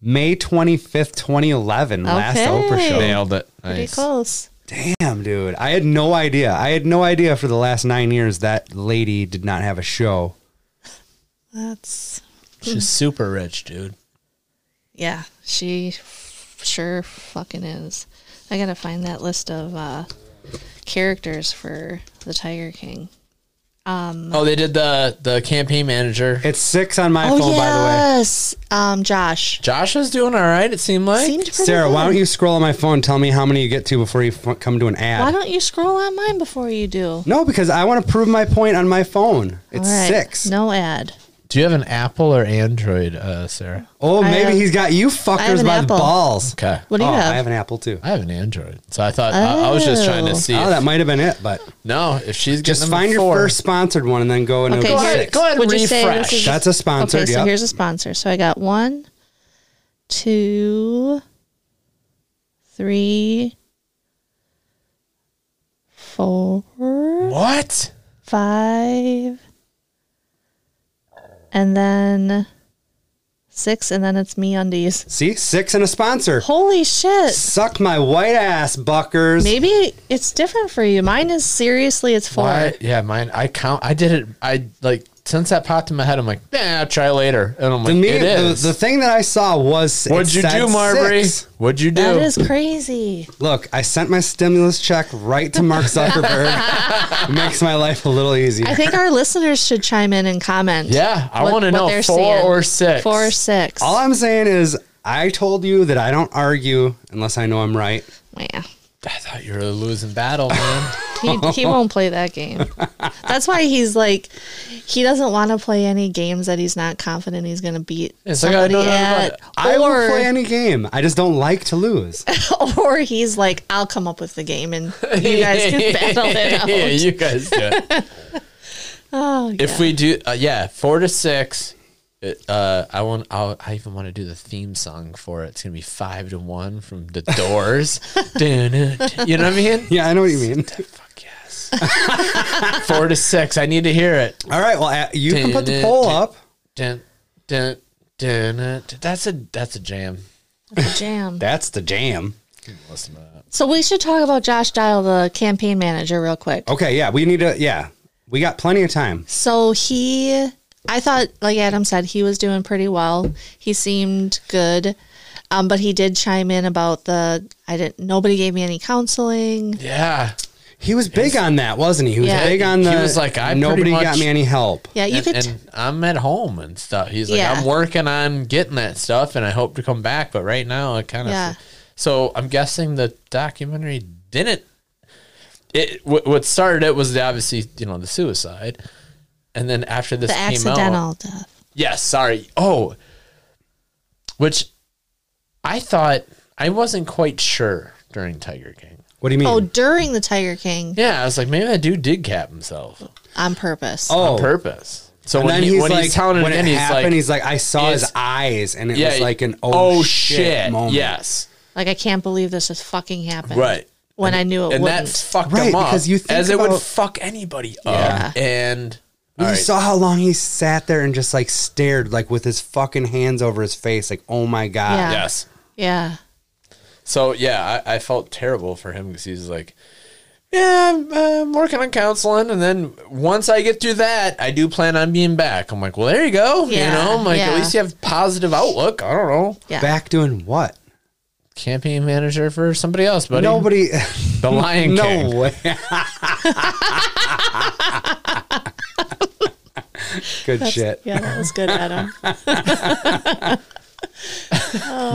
S1: May 25th, 2011, last
S3: Okay.
S1: Oprah show.
S2: nailed it.
S3: Pretty
S2: Nice.
S3: close.
S1: Damn, dude. I had no idea. I had no idea for the last nine years that lady did not have a show.
S3: That's
S2: She's super rich, dude.
S3: yeah. She f- sure fucking is. I gotta find that list of uh, characters for the Tiger King.
S2: Oh, they did the the campaign manager.
S1: It's six on my
S3: Oh
S1: phone, by
S3: yes, um, Josh.
S2: Josh is doing all right. It seemed like.
S3: Seemed
S1: the way.
S3: pretty
S1: Sarah, why
S3: good.
S1: don't you scroll on my phone? Tell me how many you get to before you f- come to an ad.
S3: Why don't you scroll on mine before you do?
S1: no, because I want to prove my point on my phone. It's
S3: All right,
S1: six.
S3: No ad.
S2: Do you have an Apple or Android, uh, Sarah?
S1: Oh,
S3: I
S1: maybe
S3: have-
S1: he's got you
S3: I have
S1: fuckers
S3: an
S1: by the
S3: Apple.
S1: balls.
S2: Okay.
S3: What do you
S1: oh,
S3: have?
S1: I have an Apple too.
S2: I have an Android, so I thought I, I was just trying to
S3: Oh.
S2: see.
S1: Oh,
S2: if-
S1: that might have been it, but
S2: no, if she's getting
S1: just
S2: number
S1: find your
S2: four.
S1: first sponsored one and then go into
S3: Okay,
S1: go
S3: here-
S1: ahead.
S2: go ahead and
S3: Would you say this
S2: refresh.
S3: is-
S1: That's a sponsor.
S3: okay, so
S1: yep.
S3: here's a sponsor. So I got one, two, three, four,
S2: What?
S3: five, and then six, and then it's me undies.
S1: See, six and a sponsor.
S3: Holy shit!
S1: Suck my white ass, buckers.
S3: Maybe it's different for you. Mine is seriously, it's four.
S2: Why? Yeah, mine. I count. I did it. I like since that popped in my head. I'm like, nah, I'll try later. And I'm
S1: The,
S2: like,
S1: me-
S2: it
S1: the,
S2: is.
S1: the thing that I saw was. it
S2: What'd you
S1: said
S2: do, Marbury?
S1: six.
S2: What'd you do?
S3: That is crazy.
S1: Look, I sent my stimulus check right to Mark
S3: *laughs*
S1: Zuckerberg. Makes my life a little easier.
S3: I think our listeners should chime in and comment.
S2: yeah, I
S3: what-
S2: want to
S3: what
S2: know
S3: they're
S2: four
S3: seeing.
S2: or six.
S3: Four or six.
S1: All I'm saying is, I told you that I don't argue unless I know I'm right.
S3: yeah.
S2: I thought you were losing battle, man.
S3: He, he won't play
S2: *laughs*
S3: that game. That's why he's like, he doesn't want to play any games that he's not confident he's going to beat
S2: It's like, I
S3: somebody
S2: don't know about
S3: *laughs* at.
S2: it.
S1: I will play
S3: Or,
S1: any game. I just don't like to lose. *laughs*
S3: *laughs* or he's like, I'll come up with the game and you guys can battle
S2: *laughs*
S3: it out.
S2: yeah, you guys do it.
S3: oh, yeah.
S2: If we do, uh, yeah, four to six. it, Uh, I want. I'll, I even want to do the theme song for it. It's gonna be five to one from the Doors. Dun, uh, dun. you know what
S1: *laughs*
S2: I mean?
S1: Yeah, I know what you
S3: *laughs*
S1: mean.
S2: Fuck yes. four to six. I need to hear it.
S1: All right, well, uh, you can put the poll up.
S2: Dun, dun, dun, uh, dun. That's a that's a jam.
S3: jam.
S1: That's the jam.
S2: Listen to that.
S3: So we should talk about Josh Dial, the campaign manager, real quick.
S2: Oh.
S1: Okay, yeah, we need to. Yeah, we got plenty of time.
S3: So he, I thought, like Adam said, he was doing pretty well. He seemed good. Um, but he did chime in about the I didn't nobody gave me any counseling.
S2: Yeah.
S1: He was big on that, wasn't he? He was
S3: Yeah.
S1: big on the.
S2: He was like, I pretty
S1: nobody
S2: much-
S1: got me any help.
S3: Yeah, you
S2: and,
S3: could
S2: and I'm at home and stuff. He's like,
S3: Yeah.
S2: I'm working on getting that stuff, and I hope to come back. But right now, I kind of.
S3: Yeah.
S2: So I'm guessing the documentary didn't. It what what started it was obviously you know the suicide, and then after this
S3: the
S2: came out,
S3: accidental death.
S2: yes, sorry, oh, which I thought I wasn't quite sure during Tiger King.
S1: What do you mean?
S3: Oh, during the Tiger King
S2: Yeah, I was like, maybe that dude did cap himself
S3: on purpose.
S2: on purpose. So
S1: Oh, And
S2: when,
S1: then
S2: he,
S1: he's
S2: when
S1: like,
S2: he's telling it
S1: when
S2: again,
S1: it
S2: he's
S1: happened,
S2: like,
S1: he's like, I saw his
S2: it's-
S1: eyes, and it was like an oh, shit, moment.
S2: Yes,
S3: Like I can't believe this is fucking happened.
S2: Right.
S3: When I knew it
S2: and
S3: wouldn't.
S2: that fucked
S1: Right,
S2: him up
S1: because you think
S2: as it would
S1: about-
S2: fuck anybody
S3: Yeah.
S2: up. And
S1: You
S2: all right,
S1: saw how long he sat there and just like stared, like with his fucking hands over his face, like oh my god.
S3: Yeah.
S2: yes.
S3: yeah.
S2: So yeah, I, I felt terrible for him because he's like, yeah, I'm, uh, I'm working on counseling, and then once I get through that, I do plan on being back. I'm like, well, there you go.
S3: Yeah,
S2: you know, I'm like
S3: yeah.
S2: at least you have positive outlook. I don't know,
S3: Yeah.
S1: Back doing what?
S2: campaign manager for somebody else, buddy.
S1: Nobody.
S2: *laughs*
S1: *laughs*
S2: the Lion
S1: no
S2: King.
S1: way. *laughs*
S2: *laughs*
S1: Good shit.
S3: Yeah, that was good, Adam.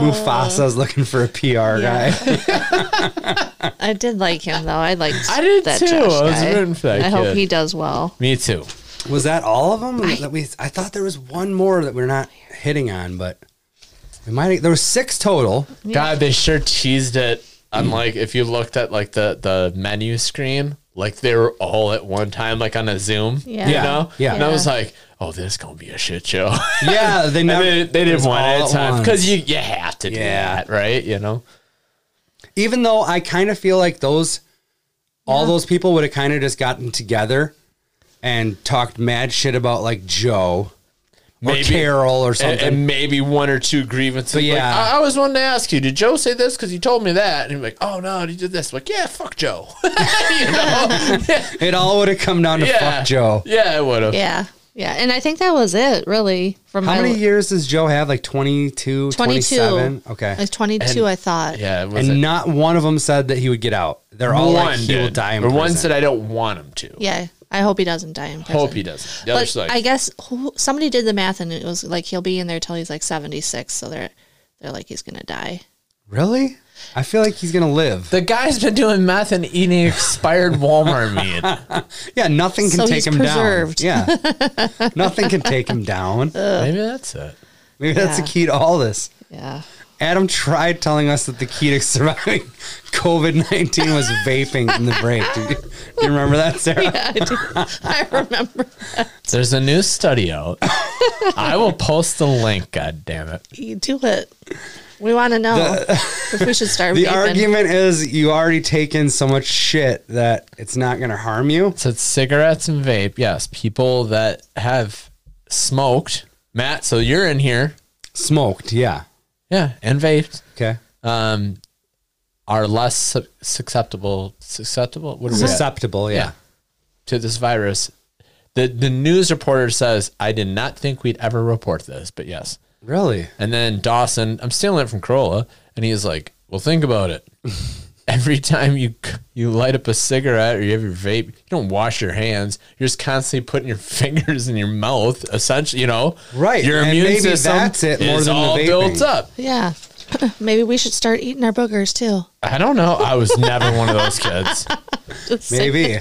S1: Mufasa's looking for a PR
S3: Yeah.
S1: guy.
S3: *laughs* I did like him though. I liked
S2: I did
S3: that
S2: too.
S3: Josh
S2: I was
S3: guy.
S2: rooting for that
S3: I hope
S2: kid.
S3: he does well.
S2: Me too.
S1: *laughs* Was that all of them? that we, I thought there was one more that we're not hitting on, but we might. There was six total.
S2: God, they sure teased it. And like, if you looked at like the the menu screen, like they were all at one time, like on a Zoom.
S3: Yeah.
S2: You
S3: Yeah.
S2: know.
S1: Yeah.
S2: And I was
S3: Yeah.
S2: like, oh, this is gonna be a shit show. *laughs*
S1: Yeah, they
S2: and
S1: never.
S2: they, they
S1: it
S2: did
S1: was
S2: one
S1: all
S2: at a time
S1: once.
S2: because you you have to do
S1: Yeah.
S2: that, right? You know.
S1: even though I kind of feel like those all those people would have kind of just gotten together and talked mad shit about like Joe or
S2: Maybe.
S1: Carol or something.
S2: And, and maybe one or two grievances.
S1: But
S2: Like,
S1: yeah.
S2: I, I always wanted to ask you, did Joe say this? Because he told me that. And he's like, oh, no, he did this. like, yeah, fuck Joe. *laughs* you know?
S1: *laughs* it all would have come down to
S2: yeah.
S1: fuck Joe.
S2: Yeah, it would have.
S3: Yeah. Yeah. And I think that was it really from
S1: How
S3: my
S1: many years does Joe have? Like 22,
S3: 22.
S1: 27? Okay.
S3: Like 22 I thought.
S2: Yeah, it was
S1: and
S2: a-
S1: not one of them said that he would get out. They're all like, he will
S2: did.
S1: die in
S2: or
S1: prison.
S2: one said, I don't want him to.
S3: Yeah. I hope he doesn't die in prison.
S2: Hope he doesn't. The
S3: But
S2: other's like,
S3: I guess who, somebody did the math and it was like he'll be in there till he's like 76, so they're they're like he's going to die.
S1: really? I feel like he's going to live.
S2: the guy's been doing meth and eating *laughs* expired Walmart meat.
S1: Yeah, nothing can
S3: So
S1: take
S3: he's
S1: him
S3: preserved.
S1: down. Yeah. *laughs* nothing can take him down.
S2: Maybe that's it.
S1: Maybe that's the
S3: Yeah.
S1: key to all this.
S3: Yeah.
S1: Adam tried telling us that the key to surviving *laughs* COVID 19 was vaping in the break. Do you, do you remember that, Sarah?
S3: I, do. *laughs* I remember. *laughs*
S2: There's a new study out. *laughs* I will post the link. God damn it!
S3: You do it. We want to know if we
S2: *laughs*
S3: should start
S1: The
S3: vaping.
S1: argument is you already taken so much shit that it's not going to harm you.
S2: So it's cigarettes and vape. Yes, people that have smoked. Matt, so you're in here.
S1: Smoked, yeah.
S2: Yeah, and vaped.
S1: Okay.
S2: Um, are less su- susceptible. Susceptible. What is that?
S1: Susceptible,
S2: yeah
S1: yeah.
S2: to this virus the the news reporter says i did not think we'd ever report this but yes
S1: Really?
S2: and then dawson i'm stealing it from corolla and he's like well think
S1: *laughs*
S2: about it every time you you light up a cigarette or you have your vape you don't wash your hands you're just constantly putting your *laughs* fingers in your mouth essentially you know
S1: Right,
S2: your
S1: and
S2: immune
S1: maybe
S2: system
S1: that's it more
S2: is
S1: than the
S2: all
S1: vaping.
S2: built up
S3: yeah. *clears throat* Maybe we should start eating our boogers too.
S2: i don't know i was never one of
S1: *laughs*
S2: those kids
S3: Just saying.
S1: Maybe.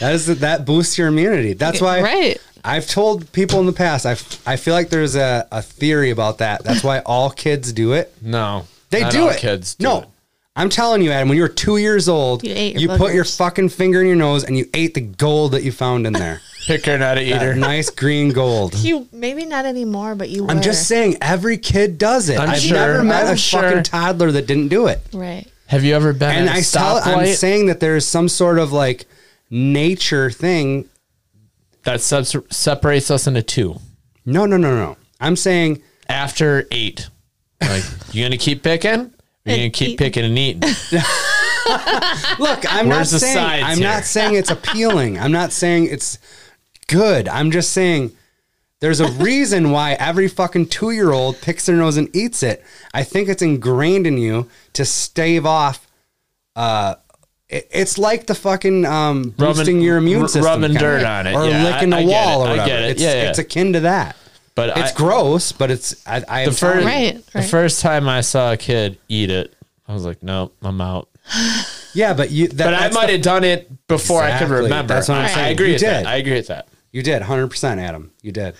S1: That is that boosts your immunity. That's why
S3: Right.
S1: I've told people in the past. I I feel like there's a, a theory about that. That's why all kids do it.
S2: no
S1: They
S2: Not
S1: do
S2: all
S1: it.
S2: kids do
S1: no.
S2: it.
S1: I'm telling you, Adam, when you were two years old,
S3: You
S1: you,
S3: ate your
S1: put your
S3: boogers.
S1: fucking finger in your nose and you ate the gold that you found in
S3: *laughs*
S1: there.
S2: picker not a
S1: That
S2: eater
S1: nice green gold.
S3: You maybe not anymore, but you.
S1: I'm
S3: were.
S1: just saying, every kid does it.
S2: I'm
S1: have
S2: sure.
S1: never met
S2: I'm
S1: a
S2: sure.
S1: fucking toddler that didn't do it.
S3: Right. *laughs*
S2: have you ever been
S1: And
S2: at a
S1: I tell, I'm
S2: stoplight?
S1: saying that there's some sort of like nature thing
S2: that subs separates us into two
S1: No, no, no, no. I'm saying
S2: after eight. Like, you gonna keep picking? Or you gonna keep
S3: eating.
S2: picking and eating?
S1: look, I'm
S2: Where's the
S1: not saying
S2: sides
S1: I'm
S2: here?
S1: not saying it's appealing. I'm not saying it's good. I'm just saying There's a reason why every fucking two year old picks their nose and eats it. I think it's ingrained in you to stave off. Uh, it, it's like the fucking um,
S2: Rubbing-
S1: boosting your immune
S2: r-
S1: system,
S2: rubbing
S1: kinda,
S2: dirt on it.
S1: or
S2: Yeah,
S1: licking the
S2: I- I get
S1: wall,
S2: it.
S1: or
S2: I
S1: whatever.
S2: get it.
S1: It's,
S2: Yeah, yeah.
S1: it's akin to that.
S2: But
S1: It's
S2: I,
S1: gross, but it's I. I
S2: the first
S3: Right,
S2: the
S3: right.
S2: first time I saw a kid eat it, I was like, no, I'm out.
S1: yeah, but you. That,
S2: But I
S1: that's
S2: might
S1: the-
S2: have done it before I could
S1: Exactly.
S2: remember.
S1: That's what I'm
S2: I- I
S1: saying.
S2: agree
S1: You
S2: with
S1: did.
S2: that. I agree with that.
S1: You did 100 percent, Adam. You did.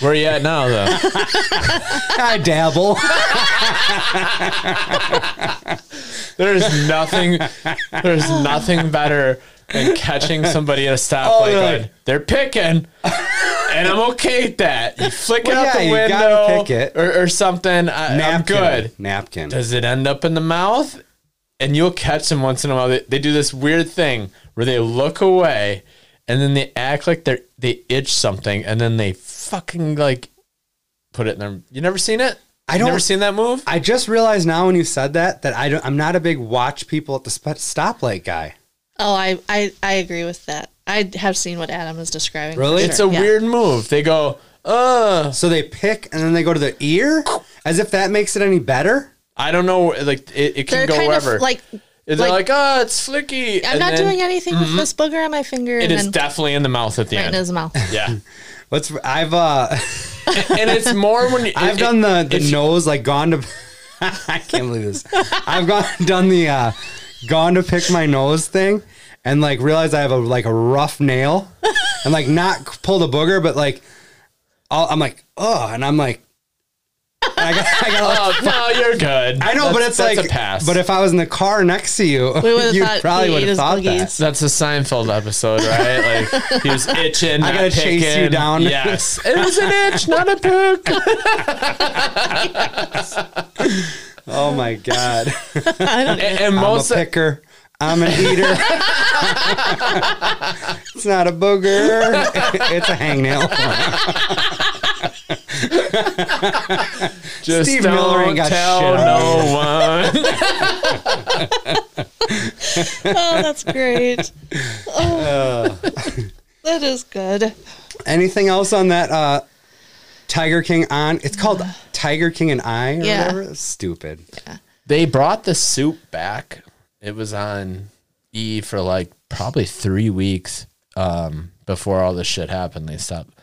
S2: Where you at now though?
S1: I
S2: *laughs*
S1: dabble. *laughs*
S2: there's nothing there's nothing better than catching somebody at a
S1: Oh, yeah.
S2: stoplight going, they're picking. And I'm okay with that. You flick
S1: Well,
S2: it out
S1: yeah,
S2: the
S1: you
S2: window
S1: gotta pick it.
S2: Or, or something. I, I'm
S1: Napkin.
S2: good.
S1: Napkin.
S2: Does it end up in the mouth? And you'll catch them once in a while. They, they do this weird thing where they look away and then they act like they're they itch something and then they fucking like put it in their. You never seen it?
S1: I
S2: You Never
S1: don't-
S2: seen that move?
S1: I just realized now when you said that that I don't, I'm not a big watch people at the sp- stoplight guy.
S3: Oh, I, I I agree with that. I have seen what Adam is describing. for
S1: Really?
S3: sure.
S2: It's a
S3: Yeah.
S2: weird move. They go, uh,
S1: So they pick and then they go to the ear, as if that makes it any better.
S2: I don't know. Like it, it can
S3: They're
S2: go
S3: kind
S2: wherever.
S3: of like
S2: they're like,
S3: like-
S2: oh, it's flicky.
S3: I'm not doing anything
S1: Mm-hmm.
S3: with this booger on my finger.
S2: It
S3: and
S2: is
S3: then
S2: definitely in the mouth at the
S3: right in
S2: end.
S1: *laughs*
S3: his mouth.
S2: yeah, *laughs*
S1: What's I've uh *laughs*
S2: and it's more when you,
S1: I've
S2: it-
S1: done the
S2: it's-
S1: the nose like gone to *laughs* I can't believe this. I've gone *laughs* done the uh gone to pick my nose thing and like realized I have a like a rough nail and like not pulled a booger but like I'll, I'm like oh and I'm like I got, *laughs* I got like,
S2: Oh no, you're good.
S1: I know, but
S2: That's-
S1: it's
S2: that's
S1: like
S2: a pass.
S1: But if I was in the car next to you,
S3: We
S1: *laughs*
S3: would've
S1: you
S3: thought
S1: probably
S3: he
S1: would
S3: ate
S1: have
S3: his
S1: thought
S3: boogies.
S1: that.
S2: that's a Seinfeld episode, right?
S1: *laughs*
S2: Like he was itching.
S1: I
S2: not
S1: gotta chase you
S2: picking.
S1: down. *laughs*
S2: Yes, it was an itch, not a pick.
S1: Oh my
S2: *laughs*
S1: god!
S3: *laughs*
S2: And, and
S1: I'm a
S2: most
S1: picker. I'm an eater. *laughs* it's not a booger. *laughs* It's a hangnail. *laughs*
S2: just
S1: Steve
S2: don't
S1: Miller ain't got
S2: tell
S1: shit
S2: no one.
S3: Oh,
S1: *laughs*
S3: that's great. Oh.
S1: Uh.
S3: *laughs* that is good.
S1: Anything else on that? Uh, Tiger King on. It's called Tiger King and I or
S3: Yeah.
S1: whatever. Stupid.
S2: They brought the soup back. It was on E for like probably three weeks um, before all this shit happened. They stopped.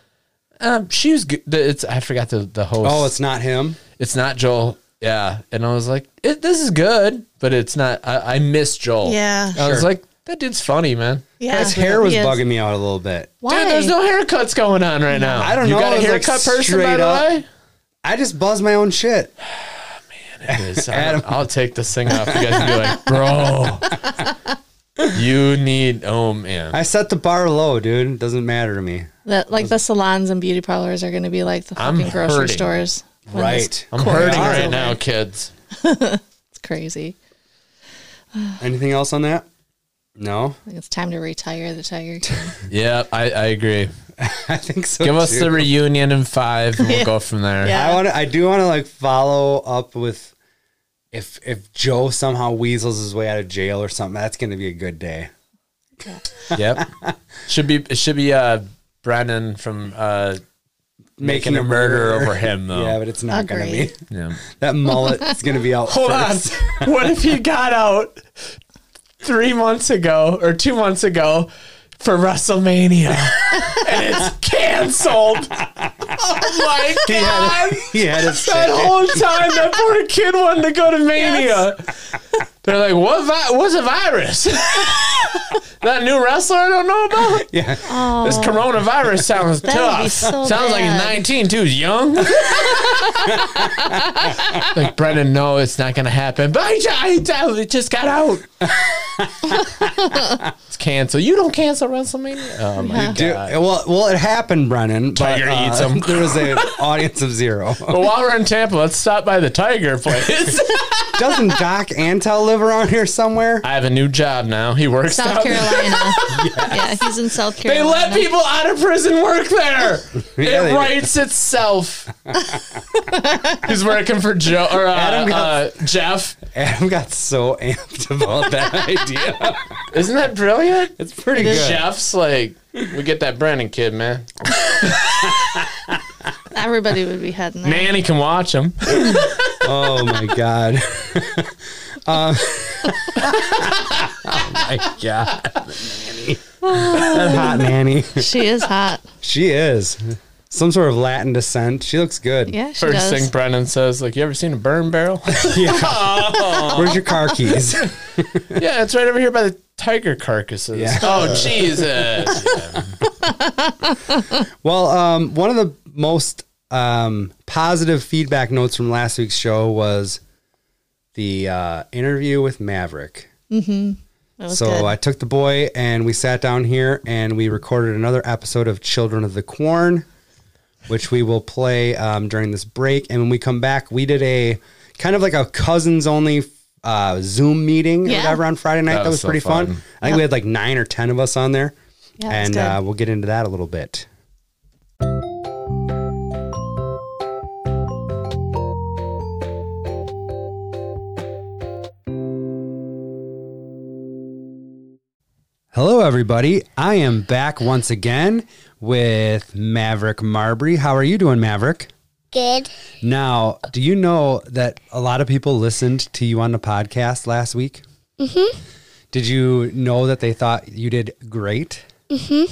S2: Um, she was good. It's I forgot the the host.
S1: Oh, it's not him.
S2: it's not Joel. Yeah, and I was like, it, this is good, but it's not. I, I miss Joel.
S3: Yeah.
S2: I was
S1: Sure.
S2: like, that dude's funny, man.
S3: Yeah,
S1: His hair was
S3: he is.
S1: bugging me out a little bit.
S3: Why?
S2: Dude, there's no haircuts going on right now.
S1: I don't
S2: you
S1: know,
S2: got
S1: it
S2: a
S1: was, like,
S2: haircut person by
S1: straight
S2: the
S1: up.
S2: way?
S1: I just buzz my own shit.
S2: It is. I don't- I'll take this thing off. You guys can be like, bro, you need. Oh man,
S1: I set the bar low, dude. It doesn't matter to me.
S3: That like the salons and beauty parlors are going to be like the
S2: I'm
S3: fucking grocery
S2: hurting.
S3: stores. when this-
S2: I'm hurting right now, kids.
S3: It's crazy.
S1: Anything else on that? No,
S3: I think it's time to retire the tiger.
S2: *laughs*
S3: King.
S2: Yeah, I, I agree.
S1: *laughs* I think so.
S2: Give us
S1: too.
S2: the reunion in five, and we'll go from there.
S3: Yeah.
S1: I want. to I do want to like follow up with if if Joe somehow weasels his way out of jail or something. That's going to be a good day.
S2: Yep. Should be it should be uh Brennan from uh making, a murderer over him though.
S1: Yeah, but it's not going to
S3: Agreed.
S1: be.
S2: yeah.
S1: *laughs* That mullet is going to be out.
S2: *laughs* Hold on.
S1: first.
S2: what if he got out three months ago or two months ago for WrestleMania *laughs* and it's canceled? Oh my god!
S1: *laughs* He had his
S2: That whole time, that poor kid wanted to go to Mania. They're like, "What? Vi- what's a virus? *laughs* that new wrestler I don't know about.
S1: yeah.
S2: This coronavirus sounds
S3: Oh. would
S2: tough.
S3: be so
S2: sounds like he's
S3: bad.
S2: 19 too. He's
S3: *laughs*
S2: young. like Brendan, no, it's not gonna happen. But I, ju- I, ju- it just got
S3: *laughs*
S2: out. it's canceled. You don't cancel WrestleMania. Oh my god.
S1: Dude, well, well, it happened, Brennan. But
S2: Tiger
S1: uh,
S2: eats Oh. him.
S1: *laughs* there was
S2: *laughs*
S1: an audience of zero.
S2: But while we're in Tampa, let's stop by the Tiger
S3: *laughs*
S2: place.
S1: Doesn't Doc Antel live around here
S2: *laughs*
S1: somewhere?
S2: I have a new job now. He works
S3: South
S2: out.
S3: Carolina. *laughs* Yeah, he's in South
S2: They
S3: Carolina. *laughs*
S2: let people out of prison work there.
S1: Yeah, they
S2: it
S1: do.
S2: writes itself. He's working for Joe or uh,
S1: Adam
S2: uh, Jeff.
S1: Adam got so amped about that idea.
S2: *laughs* Isn't that brilliant?
S1: It's pretty good.
S2: Jeff's like, we get that Brandon kid, man.
S3: Everybody would be heading there.
S2: Nanny can watch him.
S1: Oh my god. *laughs* um, *laughs* oh my god. That hot nanny.
S3: She
S2: *laughs*
S3: is hot.
S1: She is. Some sort of Latin descent. She looks good.
S3: Yeah, she
S2: First
S3: does.
S2: thing Brendan says, like, you ever seen a burn barrel? *laughs*
S1: Where's your car keys?
S2: yeah, it's right over here by the tiger carcasses.
S1: Yeah.
S2: *laughs* Oh, Jesus.
S1: well, um, one of the most um, positive feedback notes from last week's show was the uh, interview with Maverick.
S3: That was
S1: So
S3: good.
S1: I took the boy and we sat down here and we recorded another episode of Children of the Corn, which we will play um, during this break. And when we come back, we did a kind of like a cousins only uh, Zoom meeting or
S3: Yeah.
S1: whatever on Friday night. That,
S2: That
S1: was,
S2: was so
S1: pretty fun.
S2: fun.
S1: I think we had like nine or 10 of us on there.
S3: Yeah, it was
S1: and
S3: good.
S1: uh, we'll get into that a little bit. Hello, everybody. I am back once again with Maverick Marbury. How are you doing, Maverick?
S4: Good.
S1: Now, do you know that a lot of people listened to you on the podcast last week? Mm-hmm. Did you know that they thought you did great? Mm-hmm.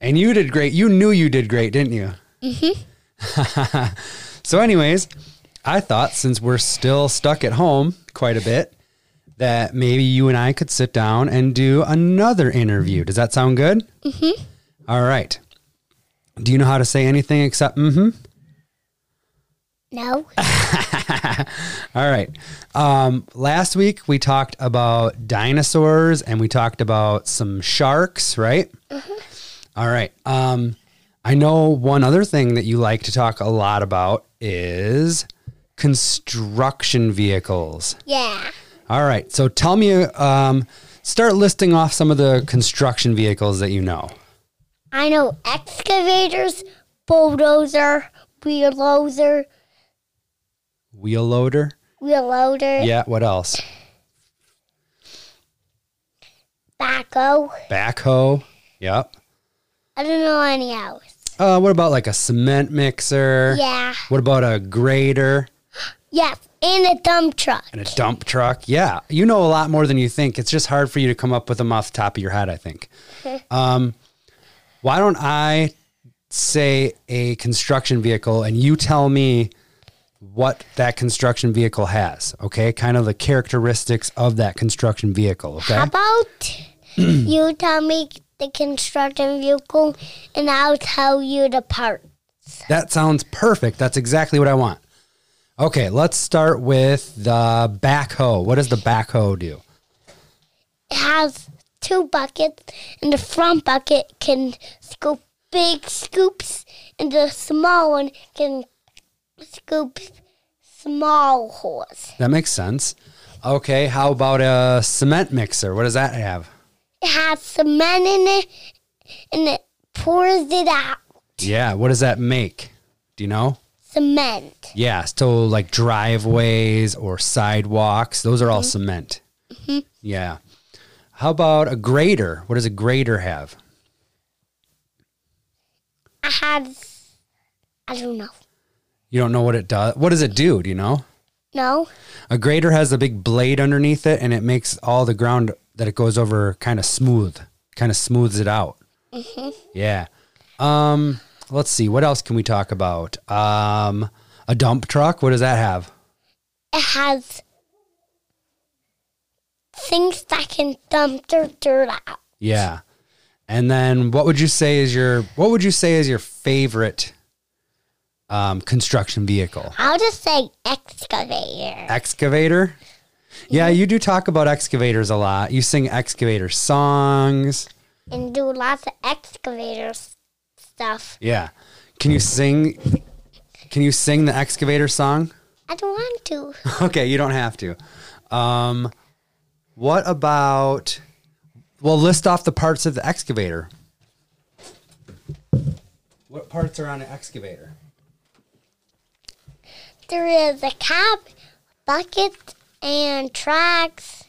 S1: And you did great. You knew you did great, didn't you? Mm-hmm. *laughs* so, anyways, I thought since we're still stuck at home quite a bit, that maybe you and I could sit down and do another interview. Does that sound good? Mm-hmm. right. Do you know how to say anything except mm-hmm?
S4: No.
S1: *laughs* All right. Um, last week we talked about dinosaurs and we talked about some sharks, right? All right. Um, I know one other thing that you like to talk a lot about is construction vehicles.
S4: Yeah.
S1: All right. So tell me, um, start listing off some of the construction vehicles that you know.
S4: I know excavators, bulldozer, wheel loader,
S1: Wheel loader.
S4: wheel loader,
S1: Yeah. What else?
S4: backhoe.
S1: Backhoe. Yep.
S4: I don't know any else.
S1: Uh, what about like a cement mixer?
S4: Yeah.
S1: What about a grader
S4: Yes. And a dump truck.
S1: and a dump truck? Yeah, you know a lot more than you think. It's just hard for you to come up with them off the top of your head, I think. Um, why don't I say a construction vehicle and you tell me what that construction vehicle has, okay? Kind of the characteristics of that construction vehicle, okay?
S4: How about *clears throat* you tell me the construction vehicle and I'll tell you the part.
S1: That sounds perfect. That's exactly what I want. Okay, let's start with the backhoe. What does the backhoe do?
S4: It has two buckets and the front bucket can scoop big scoops and the small one can scoop small holes.
S1: That makes sense. Okay, how about a cement mixer? What does that have?
S4: It has cement in it and it pours it out.
S1: Yeah, what does that make? Do you know?
S4: Cement.
S1: Yeah, so like driveways or sidewalks, those are all cement. Yeah. How about a grater? What does a grater have?
S4: I had I don't know.
S1: You don't know what it does. What does it do? Do you know?
S4: No?
S1: A grater has a big blade underneath it and it makes all the ground that it goes over kind of smooth, kind of smooths it out. Yeah. Um, let's see. What else can we talk about? Um, a dump truck. What does that have?
S4: It has things that can dump their dirt out.
S1: Yeah. And then what would you say is your what would you say is your favorite um, construction vehicle?
S4: I'll just say excavator.
S1: Excavator. Yeah, you do talk about excavators a lot. You sing excavator songs.
S4: And do lots of excavator s- stuff.
S1: Yeah. Can you sing? Can you sing the excavator song? *laughs*
S4: I don't want to. *laughs*
S1: Okay, you don't have to. Um, what about? Well, list off the parts of the excavator. What parts are on an excavator?
S4: There is a cap, bucket, and tracks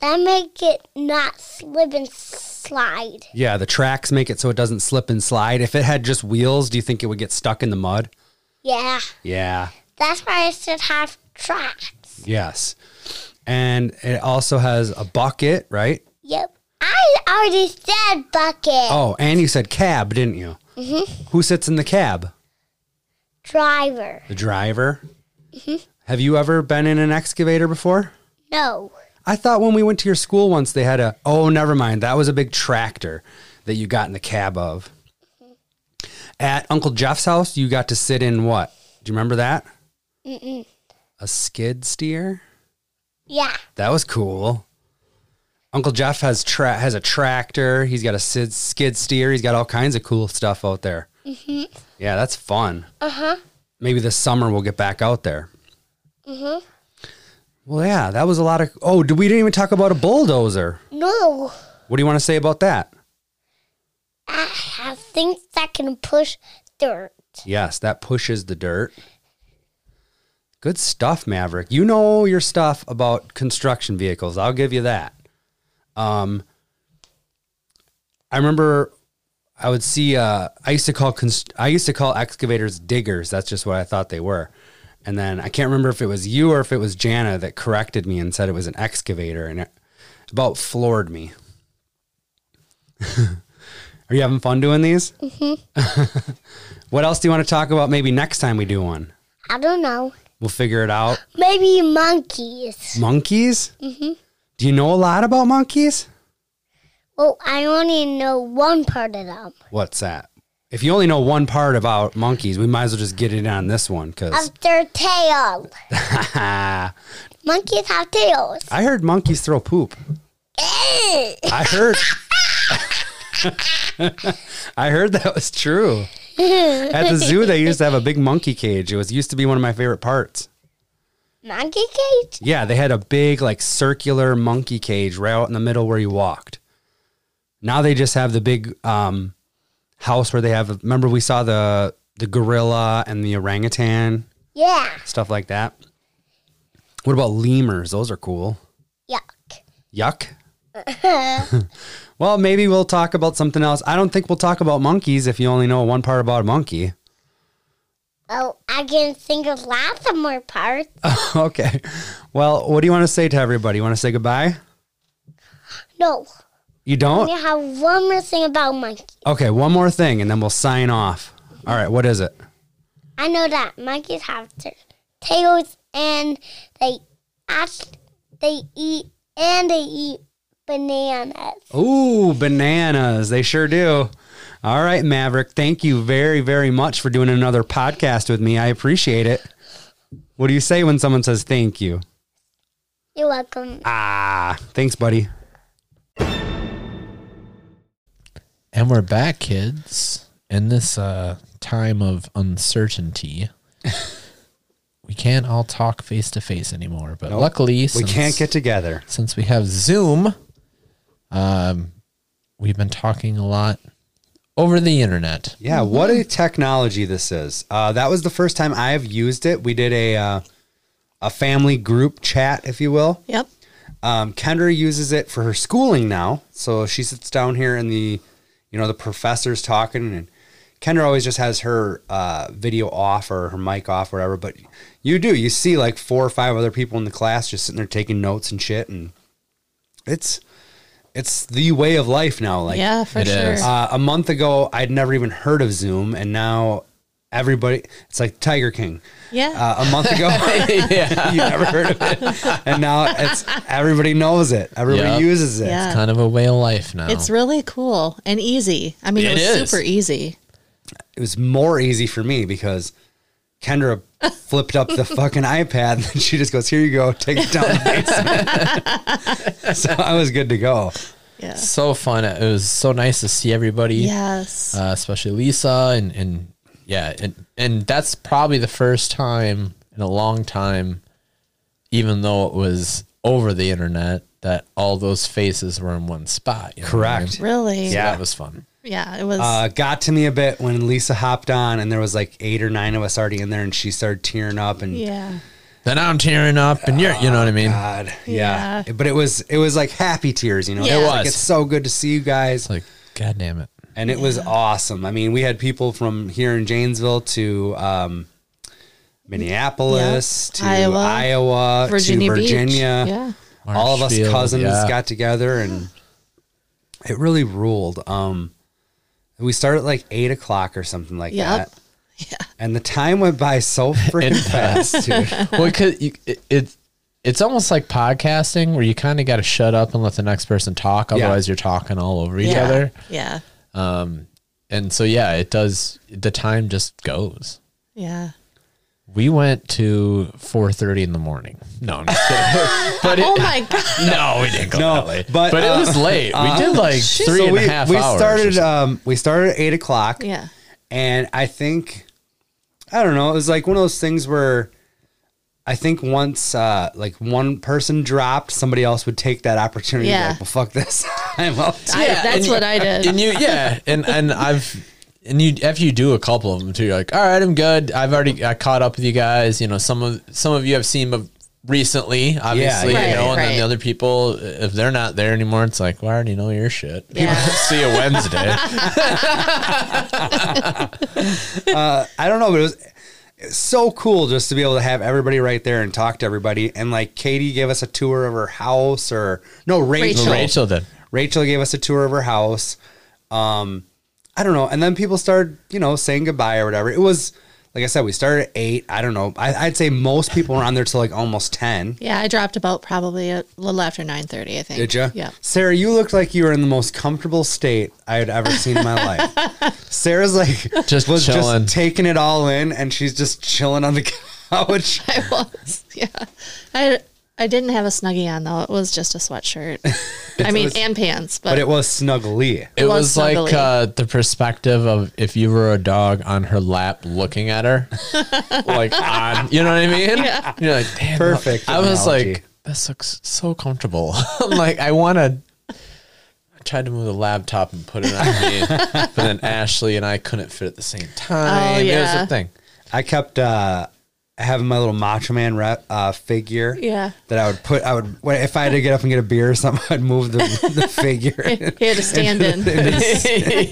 S4: that make it not slip and slide.
S1: Yeah, the tracks make it so it doesn't slip and slide. If it had just wheels, do you think it would get stuck in the mud?
S4: Yeah,
S1: Yeah.
S4: that's why it should have tracks.
S1: Yes. And it also has a bucket, right?
S4: Yep. I already said bucket.
S1: Oh, and you said cab, didn't you? Mm-hmm. Who sits in the cab?
S4: Driver.
S1: The driver. Have you ever been in an excavator before?
S4: No.
S1: I thought when we went to your school once, they had a, oh, never mind. That was a big tractor that you got in the cab of. At Uncle Jeff's house, you got to sit in what? Do you remember that? Mm-mm. A skid steer?
S4: Yeah.
S1: That was cool. Uncle Jeff has tra- has a tractor. He's got a sid- skid steer. He's got all kinds of cool stuff out there. Mm-hmm. Yeah, that's fun. Uh huh. Maybe this summer we'll get back out there. Mm-hmm. Well, yeah, that was a lot of. Oh, did we didn't even talk about a bulldozer?
S4: No.
S1: What do you want to say about that?
S4: I have things that can push dirt.
S1: Yes, that pushes the dirt. Good stuff, Maverick. You know your stuff about construction vehicles. I'll give you that. Um, I remember I would see. Uh, I used to call const- I used to call excavators diggers. That's just what I thought they were. And then I can't remember if it was you or if it was Jana that corrected me and said it was an excavator, and it about floored me. *laughs* Are you having fun doing these? What else do you want to talk about maybe next time we do one?
S4: I don't know.
S1: We'll figure it out.
S4: Maybe monkeys.
S1: Monkeys? Mm-hmm. Do you know a lot about monkeys?
S4: Well, Oh, I only know one part of them.
S1: What's that? If you only know one part about monkeys, we might as well just get it on this one because
S4: Of their tail.
S1: *laughs* I
S4: Monkeys have tails.
S1: heard monkeys throw poop.
S4: Eh.
S1: I heard. *laughs* I heard that was true. At the zoo, they used to have a big monkey cage. It was used to be one of my favorite parts.
S4: Monkey cage?
S1: Yeah, they had a big like circular monkey cage right out in the middle where you walked. Now they just have the big um, house where they have. Remember we saw the the gorilla and the orangutan
S4: Yeah.
S1: stuff like that. What about lemurs? Those are cool.
S4: Yuck. *laughs*
S1: Yuck. well, maybe we'll talk about something else. I don't think we'll talk about monkeys if you only know one part about a monkey. *laughs*
S4: Oh, I can think of lots of more parts.
S1: okay. Well, what do you want to say to everybody? You want to say goodbye?
S4: No.
S1: You don't?
S4: I have one more thing about monkey.
S1: Okay, one more thing and then we'll sign off. All right, what is it?
S4: I know that monkeys have t- tails and they act, they eat and they eat bananas.
S1: Ooh, bananas. They sure do. All right, Maverick, thank you very, very much for doing another podcast with me. I appreciate it. What do you say when someone says thank you?
S4: You're welcome.
S1: Ah, thanks, buddy.
S2: *laughs* And we're back, kids. In this uh, time of uncertainty, *laughs* we can't all talk face to face anymore. But luckily,
S1: We can't get together.
S2: since we have Zoom. Um, we've been talking a lot over the internet.
S1: Yeah, what a technology this is. Uh, that was the first time I have used it. We did a uh, a family group chat, if you will.
S3: Yep.
S1: Um, Kendra uses it for her schooling now. So she sits down here and the, you know, the professor's talking and Kendra always just has her uh, video off or her mic off, whatever. But you do, you see like four or five other people in the class just sitting there taking notes and shit. And it's, it's the way of life now. Like
S3: yeah, for
S2: It
S3: sure.
S2: is.
S1: uh, a month ago, I'd never even heard of Zoom, and now everybody, it's like Tiger King.
S3: yeah.
S1: Uh, a
S3: *laughs*
S1: month ago, *laughs* you never heard of it, and now it's everybody knows it. Everybody
S2: Yep.
S1: uses it.
S3: Yeah.
S2: Kind of a way of life now.
S3: It's really cool and easy. I mean,
S2: It
S3: it, was
S2: is.
S3: super easy.
S1: It was more easy for me because Kendra flipped up the fucking iPad, *laughs* and she just goes, "Here you go, take it down." The basement." *laughs* so I was good to go.
S3: Yeah.
S2: so fun. It was so nice to see everybody.
S3: Yes.
S2: uh, especially Lisa and and yeah and and that's probably the first time in a long time, even though it was over the internet, that all those faces were in one spot. you know what I mean?
S1: Correct.
S3: really.
S2: So
S1: Yeah.
S2: that was fun.
S3: Yeah, it was.
S1: uh, got to me a bit when Lisa hopped on, and there was like eight or nine of us already in there, and she started tearing up, and
S3: yeah.
S2: Then I'm tearing up, and you're, you know what I mean?
S1: God, yeah.
S3: Yeah.
S1: But it was it was like happy tears, you know.
S3: Yeah. It
S1: Like,
S2: was.
S1: it's so good to see you guys,
S2: It's like, God damn it.
S1: and it was awesome. I mean, we had people from here in Janesville to um, Minneapolis to
S3: Iowa.
S1: Iowa,
S3: Virginia
S1: to
S3: Beach.
S1: Virginia.
S3: Yeah.
S1: All of us
S2: Marshfield,
S1: cousins
S2: yeah.
S1: got together, and it really ruled. Um, we started at like eight o'clock or something like
S3: Yep. *laughs*
S1: that. And the time went by so
S2: *laughs*
S1: freaking fast, dude.
S2: well, cause you, it, it, it's almost like podcasting where you kind of got to shut up and let the next person talk.
S1: Yeah.
S2: Otherwise, you're talking all over each
S3: yeah.
S2: other.
S3: Yeah.
S2: And so, yeah, it does. The time just goes.
S3: Yeah.
S2: We went to 4:30 in the morning. No, I'm
S1: *laughs*
S2: just kidding. but it,
S3: Oh my
S2: *laughs*
S3: god.
S2: no, we didn't go
S1: No,
S2: that late.
S1: but,
S2: But, it
S1: uh,
S2: was late. We did like
S1: So
S2: three and
S1: we,
S2: a half
S1: we
S2: hours.
S1: started. Um, we started at eight o'clock.
S3: Yeah.
S1: and I think I don't know. It was like one of those things where I think once uh, like one person dropped, somebody else would take that opportunity. to be
S3: Yeah.
S1: Like, well, fuck this. *laughs* I'm out.
S3: I- that's what I did.
S2: And you, yeah, and
S3: *laughs*
S2: and I've and you after you do a couple of them too, you're like, all right, I'm good. I've already I caught up with you guys. You know, some of some of you have seen of recently, obviously,
S1: yeah,
S2: you know,
S3: yeah.
S2: and then
S3: Right.
S2: the other people, if they're not there anymore, it's like, well, I already know your shit. *laughs*
S3: Yeah.
S2: See you
S3: *laughs*
S2: Wednesday.
S1: I don't know, but it was, it was so cool just to be able to have everybody right there and talk to everybody. And like Katie gave us a tour of her house, or no, Rachel.
S3: Rachel.
S1: Rachel,
S2: Rachel did.
S1: gave us a tour of her house. Um, I don't know. And then people started, you know, saying goodbye or whatever. It was. Like I said, we started at eight. I don't know. I, I'd say most people were on there till like almost ten.
S3: Yeah, I dropped about probably a little after nine thirty. I think.
S1: Did you?
S3: Yeah. *laughs*
S1: Sarah, you looked like you were in the most comfortable state I had ever seen in my life.
S3: *laughs*
S1: Sarah's like
S2: Just
S1: was
S2: chilling.
S1: just taking it all in, and she's just chilling on the *laughs* couch.
S3: I was. Yeah. I I didn't have a snuggie on though. It was just
S2: *laughs*
S3: a sweatshirt. I mean,
S1: was-
S3: and pants, but,
S1: But it was snuggly.
S2: It was
S3: was
S2: like
S3: snuggly.
S2: uh, the perspective of if you were a dog on her lap looking at her, like on, you know what I mean? Yeah. You're like, damn,
S1: Perfect
S2: I was
S1: analogy.
S2: like, this looks so comfortable. *laughs* I'm like, I want to. I tried to move the laptop and put it on me, but then Ashley and I couldn't fit at the same time.
S3: Oh,
S2: It was
S3: yeah.
S2: a thing.
S1: I kept uh, having my little Macho Man rep, uh, figure.
S3: Yeah.
S1: That I would put. I would when- if I had to get up and get a beer or something, *laughs* I'd move the, the
S3: *laughs*
S1: figure,
S3: he had a stand
S2: *laughs*
S3: in.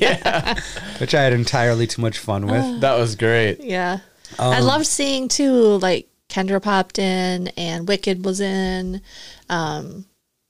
S1: which I had entirely too much fun with.
S3: Uh.
S2: That was great.
S3: Yeah.
S2: Um,
S3: I loved seeing too, like Kendra popped in and Wicked was in. Um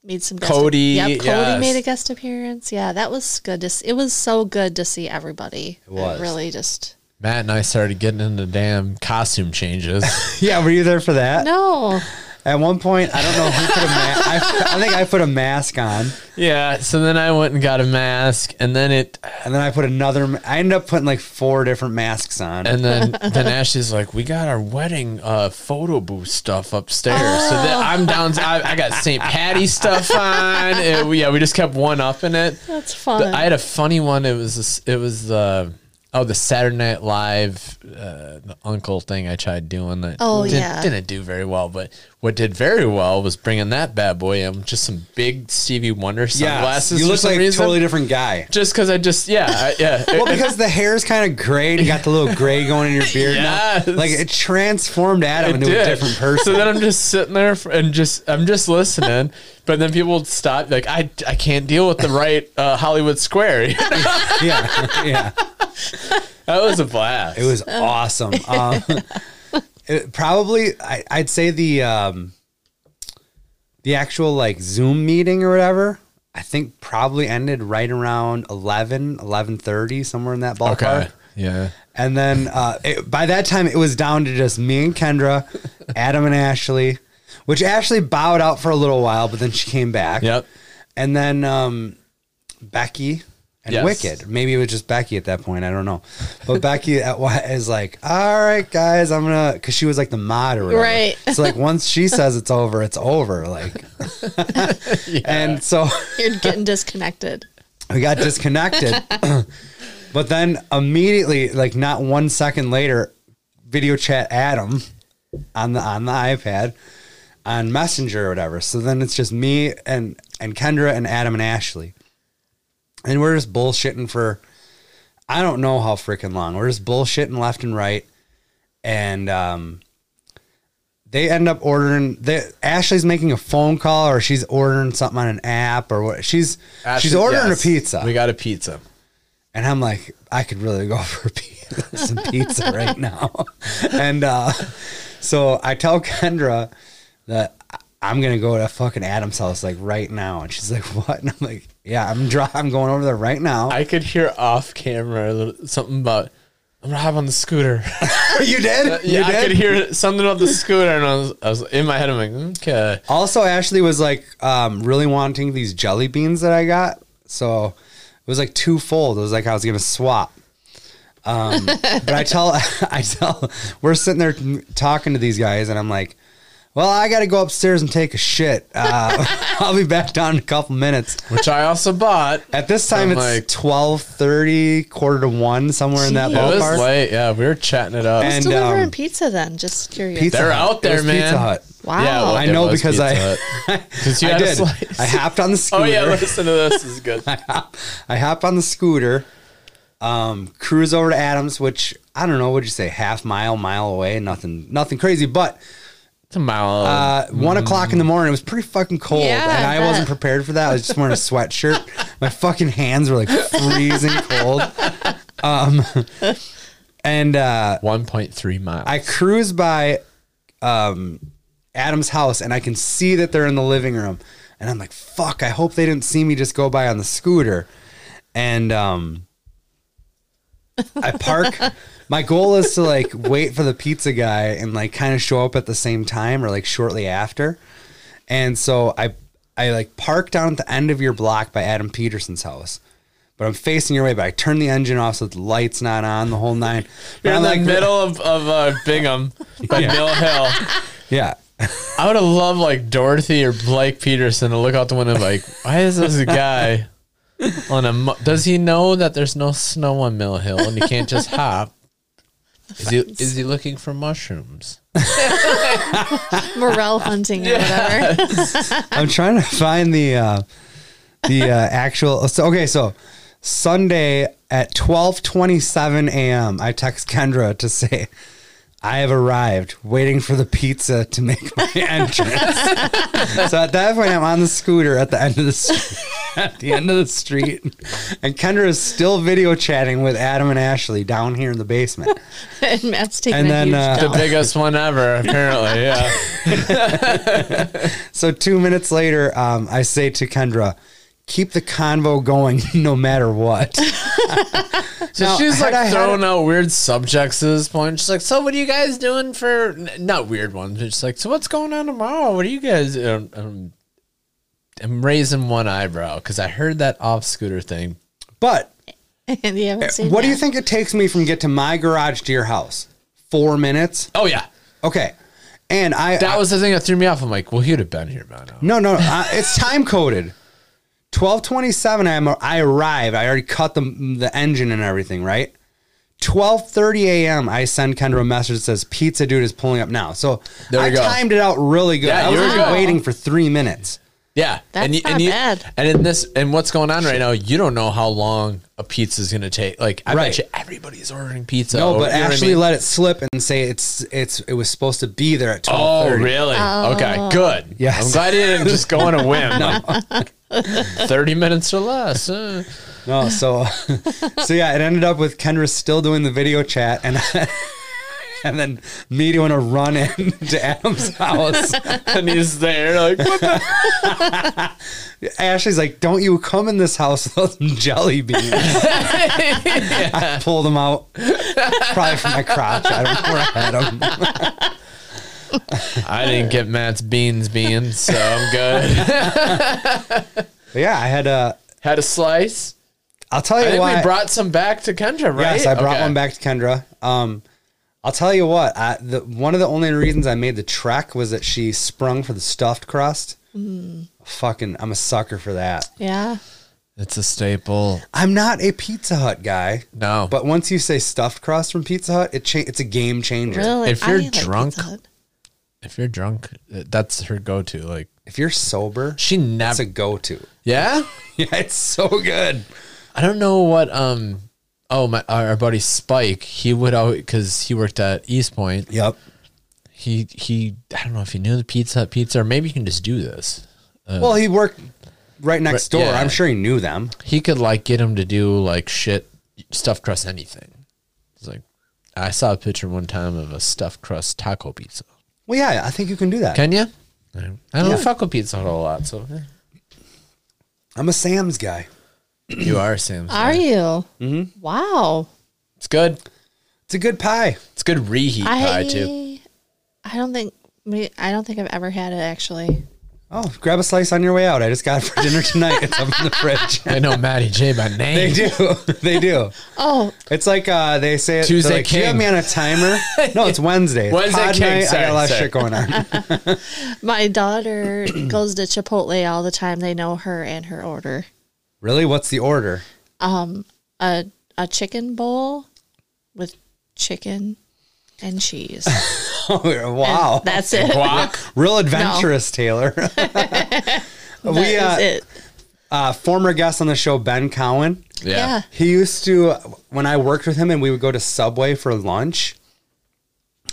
S3: made some guest
S2: Cody,
S3: Yep, Cody
S2: yes.
S3: made a guest appearance. Yeah, that was good to see. It was so good to see everybody. It
S1: was.
S3: really just
S2: Matt and I started getting into damn costume changes.
S1: *laughs* Yeah, were you there for that?
S3: No.
S1: At one point, I don't know who put a mask. I, I think I put a mask on.
S2: yeah. So then I went and got a mask, and then it
S1: And then I put another. ma- I ended up putting like four different masks on.
S2: And then
S3: *laughs*
S2: then Ashley's like, "We got our wedding uh, photo booth stuff upstairs." So then I'm down. I, I got St. Patty
S3: *laughs*
S2: stuff on. It- we- yeah, we just kept one up in it.
S3: That's
S2: The-
S3: fun.
S2: I had a funny one. It was this, it was uh, oh the Saturday Night Live uh, the uncle thing I tried doing that.
S3: Oh,
S2: didn't,
S3: yeah.
S2: didn't do very well. But what did very well was bringing that bad boy in, just some big Stevie Wonder
S1: yeah,
S2: sunglasses.
S1: you
S2: for
S1: look
S2: some
S1: like a
S2: reason.
S1: totally different guy.
S2: just because I just yeah I-
S1: *laughs*
S2: yeah.
S1: Well, because the hair is kind of gray and you got the little gray going in your beard
S2: *laughs* Yes.
S1: now. Like it transformed Adam into a
S2: did.
S1: different person.
S2: *laughs* So then I'm just sitting there f- and just I'm just listening, but then people would stop like I I can't deal with the right uh, Hollywood Square. *laughs* that
S1: yeah, *laughs* yeah.
S2: was a blast.
S1: It was awesome. Um, it probably, I, I'd say the um, the actual like Zoom meeting or whatever. I think probably ended right around 11, 11.30, somewhere in that ballpark.
S2: Yeah.
S1: And then uh, it, by that time, it was down to just me and Kendra, Adam and Ashley, which Ashley bowed out for a little while, but then she came back.
S2: Yep.
S1: And then um, Becky and
S2: Yes.
S1: Wicked. Maybe it was just Becky at that point. I don't know. But Becky at *laughs* what is like, all right, guys, I'm gonna because she was like the mod or whatever.
S3: Right.
S1: So like once she says it's over, it's over. Like, and so *laughs*
S3: You're getting disconnected.
S1: we got disconnected. but then immediately, like not one second later, video chat Adam on the on the iPad on Messenger or whatever. So then it's just me and and Kendra and Adam and Ashley. And we're just bullshitting for I don't know how freaking long. We're just bullshitting left and right. And um they end up ordering they Ashley's making a phone call or she's ordering something on an app or what she's she's
S2: Ashley-
S1: ordering
S2: yes,
S1: a pizza.
S2: We got a pizza.
S1: And I'm like, I could really go *laughs* for a pizza, some pizza right now. *laughs* and uh, so I tell Kendra that I- I'm gonna go to fucking Adam's house like right now, and she's like, *laughs* "What?" And I'm like, "Yeah, I'm dri- I'm going over there right now."
S2: I could hear off camera a little, something about I'm gonna hop on the scooter.
S1: *laughs*
S2: *laughs*
S1: you did?
S2: yeah,
S1: you did?
S2: I could hear something about the scooter, and I was, I was in my head. I'm like, okay,
S1: Also, Ashley was like um, really wanting these jelly beans that I got, so it was like twofold. It was like I was gonna swap. Um, but I tell, *laughs* I tell, we're sitting there talking to these guys, and I'm like, "Well, I got to go upstairs and take a shit. Uh, *laughs* I'll be back down in a couple minutes."
S2: which I also bought.
S1: At this time,
S2: I'm
S1: it's
S2: like-
S1: twelve thirty, quarter to one, somewhere in that
S3: Jeez.
S2: It was
S1: ballpark.
S2: late. Yeah, we were chatting it up.
S1: And,
S3: Who's delivering
S1: um,
S3: pizza then? Just curious.
S1: Pizza
S2: They're
S1: Hut.
S2: out
S1: It
S2: there,
S1: was
S2: man.
S1: Pizza Hut.
S3: Wow.
S2: Yeah, well,
S1: I
S2: it
S1: know
S2: was
S1: because
S2: Pizza
S1: I,
S2: Hut.
S1: *laughs*
S2: Since you
S1: I
S2: had a
S1: did.
S2: slice.
S1: I hopped on the scooter.
S2: Oh yeah, listen to this. This is good.
S1: I hop on the scooter, um, cruise over to Adams, which I don't know, would you say half mile, mile away, nothing, nothing crazy. But
S2: *laughs* It's a mile.
S1: uh, one o'clock in the morning, it was pretty fucking cold,
S3: Yeah,
S1: and
S3: I
S1: I wasn't
S3: bet.
S1: prepared for that. I was just wearing a
S3: *laughs*
S1: sweatshirt. My fucking hands were like freezing cold. Um, and uh,
S2: 1.3 miles.
S1: I cruise by um, Adam's house and I can see that they're in the living room. And I'm like, fuck, I hope they didn't see me just go by on the scooter. And um, I park. My goal is to like wait for the pizza guy and like kind of show up at the same time or like shortly after. And so I I like park down at the end of your block by Adam Peterson's house. But I'm facing your way, but I turn the engine off so the light's not on the whole nine. But
S2: You're
S1: I'm
S2: in the
S1: like-
S2: middle of, of uh, *laughs* Bingham by Mill Hill.
S1: Yeah.
S2: I would have loved like Dorothy or Blake Peterson to look out the window and be like, why is this guy on a? Mo- Does he know that there's no snow on Mill Hill and he can't just hop? Is he is he looking for *laughs* mushrooms?
S3: Morel hunting
S1: *laughs*
S3: or whatever.
S1: I'm trying to find the uh, the uh, actual. So, okay, so Sunday at 12:27 a.m. I text Kendra to say I have arrived, waiting for the pizza to make my entrance. so at that point, I'm on the scooter at the end of the street, at the end of the street, and Kendra is still video chatting with Adam and Ashley down here in the basement.
S3: *laughs* and Matt's taking
S1: And
S3: a
S1: then,
S3: huge
S1: uh,
S2: The
S3: dump.
S2: biggest one ever, apparently. Yeah.
S1: So two minutes later, um, I say to Kendra, "Keep the convo going, *laughs* no matter what."
S2: So
S1: Now,
S2: she's
S1: had *laughs*
S2: like
S1: I had
S2: throwing
S1: it-
S2: out weird subjects at this point. She's like, "So what are you guys doing for n- not weird ones?" But she's like, "So what's going on tomorrow? What are you guys?" Um, um, I'm raising one eyebrow because I heard that off scooter thing.
S1: But
S3: *laughs* and you haven't seen
S1: Eh, what do you
S3: that.
S1: think it takes me from get to my garage to your house? Four minutes.
S2: Oh yeah,
S1: Okay, and I
S2: that
S1: I-
S2: was the thing that threw me off. I'm like, "Well, he'd have been here by now."
S1: no no. uh, it's time coded. Twelve twenty seven. I'm I arrive. I already cut the the engine and everything. Right. Twelve thirty a.m. I send Kendra a message that says pizza dude is pulling up now. So
S2: There we
S1: I
S2: go.
S1: timed it out really good.
S2: Yeah,
S1: I was
S2: you were
S1: only
S2: good.
S1: waiting for three minutes.
S2: Yeah,
S3: That's
S2: and you,
S3: not
S2: and you,
S3: bad.
S2: And in this, and what's going on right now, you don't know how long a pizza's gonna take. Like, I
S1: Right.
S2: bet you everybody's ordering pizza.
S1: No,
S2: over-
S1: but
S2: Oh, you know what I
S1: Ashley
S2: mean?
S1: let it slip and say it's it's it was supposed to be there at twelve
S2: Oh,
S1: thirty.
S2: really?
S1: Oh.
S2: Okay, good.
S1: Yes.
S2: I'm glad you didn't just go on a *laughs* whim. like, 30 minutes or less. uh.
S1: No, so *laughs* so yeah, it ended up with Kendra still doing the video chat and *laughs* and then me doing a run in *laughs* to Adam's house.
S2: And he's there, like, what *laughs* the?
S1: Ashley's like, "Don't you come in this house without some jelly beans?"
S2: *laughs*
S1: I pulled them out, probably from my crotch. I don't know where I had *laughs* them.
S2: I didn't get Matt's beans beans, so I'm good.
S1: But yeah, I had a.
S2: *laughs* Had a slice.
S1: I'll tell you
S2: I think
S1: why.
S2: we brought some back to Kendra, right?
S1: Yes, I brought
S2: Okay.
S1: one back to Kendra. Um, I'll tell you what. I, the, one of the only reasons I made the trek was that she sprung for the stuffed crust. Fucking, I'm a sucker for that.
S3: Yeah.
S2: It's a staple.
S1: I'm not a Pizza Hut guy,
S2: No.
S1: but once you say stuffed crust from Pizza Hut, it cha- it's a game changer.
S3: Really?
S2: If you're
S3: like Pizza
S2: drunk-
S3: Hut.
S2: if you're drunk, that's her go to. Like,
S1: If you're sober,
S2: she
S1: that's
S2: never.
S1: a go-to. *laughs*
S2: yeah?
S1: Yeah, it's so good.
S2: I don't know what um oh my our buddy Spike he would always because he worked at East Point
S1: Yep.
S2: he he I don't know if he knew the Pizza Hut pizza or maybe you can just do this
S1: well, he worked right next door.
S2: Uh. yeah.
S1: I'm sure he knew them.
S2: he could like get him to do like shit stuffed crust anything it's like I saw a picture one time of a stuffed crust taco pizza
S1: Well, yeah, I think you can do that.
S2: can you I don't
S1: Yeah.
S2: fuck with Pizza Hut a lot so eh.
S1: I'm a Sam's guy.
S2: you are Sam
S3: Are you? Mm-hmm. Wow.
S2: it's good
S1: It's a good pie.
S2: it's good reheat pie too
S3: I I don't think me. I don't think I've ever had it actually.
S1: Oh, grab a slice on your way out. I just got it for dinner tonight. It's up in the fridge. *laughs*
S2: I know Matty J *laughs* by
S1: They
S2: name
S1: do. *laughs* They do.
S3: Oh,
S1: It's like uh, they say it. they're
S2: Tuesday
S1: like, Do you have
S2: King."
S1: me on a
S2: *laughs*
S1: timer? No, it's Wednesday. It's
S2: Wednesday
S1: pod
S2: King,
S1: night. I
S2: sorry,
S1: got a lot of
S2: sorry.
S1: shit going
S2: *laughs*
S1: on.
S2: *clears throat*
S3: my daughter goes to Chipotle all the time. They know her and her order. Um,
S1: really? What's the order?
S3: A a chicken bowl with chicken
S1: *laughs*
S3: and cheese. And
S1: Oh, wow.
S3: that's it.
S2: guac
S1: Real adventurous,
S3: *laughs*
S1: Taylor. *laughs*
S3: That
S1: we
S3: is
S1: uh,
S3: it.
S1: uh, former guest on the show, Ben Cowan.
S3: Yeah.
S1: He used to when I worked with him and we would go to Subway for lunch.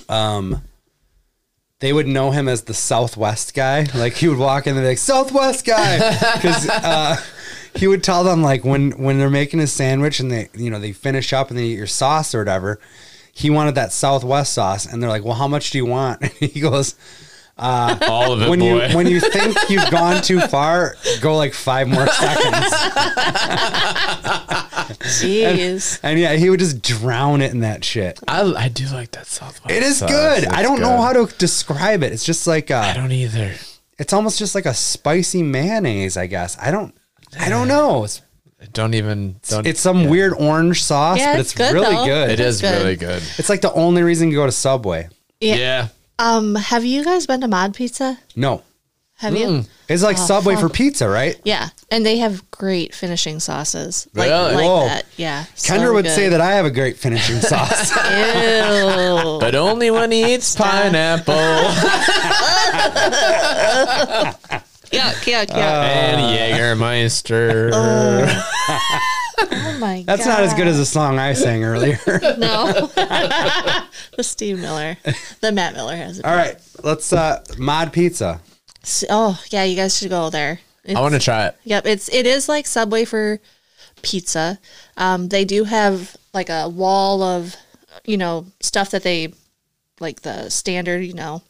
S1: Um they would know him as the Southwest guy. Like he would walk in and be like Southwest guy
S3: *laughs*
S1: cuz uh he would tell them like when when they're making a sandwich and they you know they finish up and they eat your sauce or whatever, he wanted that Southwest sauce and they're like, "Well, how much do you want?" *laughs* And he goes,
S2: *laughs* all of it
S1: when
S2: boy
S1: you when
S2: *laughs*
S1: you think you've gone too far, go like five more seconds.
S3: Jeez.
S1: And yeah, he would just drown it in that shit.
S2: I, I do like that Southwest.
S1: It is
S2: sauce.
S1: good.
S2: It's
S1: I don't know
S2: good.
S1: how to describe it. It's just like
S2: I
S1: a,
S2: don't either.
S1: it's almost just like a spicy mayonnaise, I guess. I don't I don't know. It's
S2: I don't even. Don't,
S1: it's some weird orange sauce,
S3: Yeah,
S1: but
S3: it's
S1: it's,
S3: good,
S1: really
S3: though.
S1: good.
S2: It is
S3: good.
S2: really good.
S1: It's like the only reason you go to Subway.
S3: Yeah.
S2: Yeah.
S3: *laughs* Um, have you guys been to Mod Pizza?
S1: No.
S3: Have
S2: Mm.
S3: you?
S1: It's like
S3: Oh,
S1: Subway for pizza, right?
S3: Yeah, and they have great finishing sauces. Like,
S2: Really?
S3: like
S1: Whoa.
S3: that. Yeah.
S1: Kendra would say that I have a great
S3: *laughs*
S1: finishing
S3: Oh
S1: sauce.
S3: Ew.
S2: *laughs* But only when he
S3: *laughs*
S2: eats pineapple
S3: yuck, yuck,
S1: Uh,
S3: yuck.
S2: and Jägermeister.
S3: uh, oh my
S1: That's not as good as the song I sang
S3: *laughs*
S1: earlier.
S3: No.
S1: *laughs*
S3: *laughs* the Steve Miller. The Matt Miller has it.
S1: All right, let's uh mod pizza.
S3: S- Oh, yeah, you guys should go there.
S2: I want to try it.
S3: Yep, it's it is like Subway for pizza. Um, they do have like a wall of you know stuff that they like the standard, you know,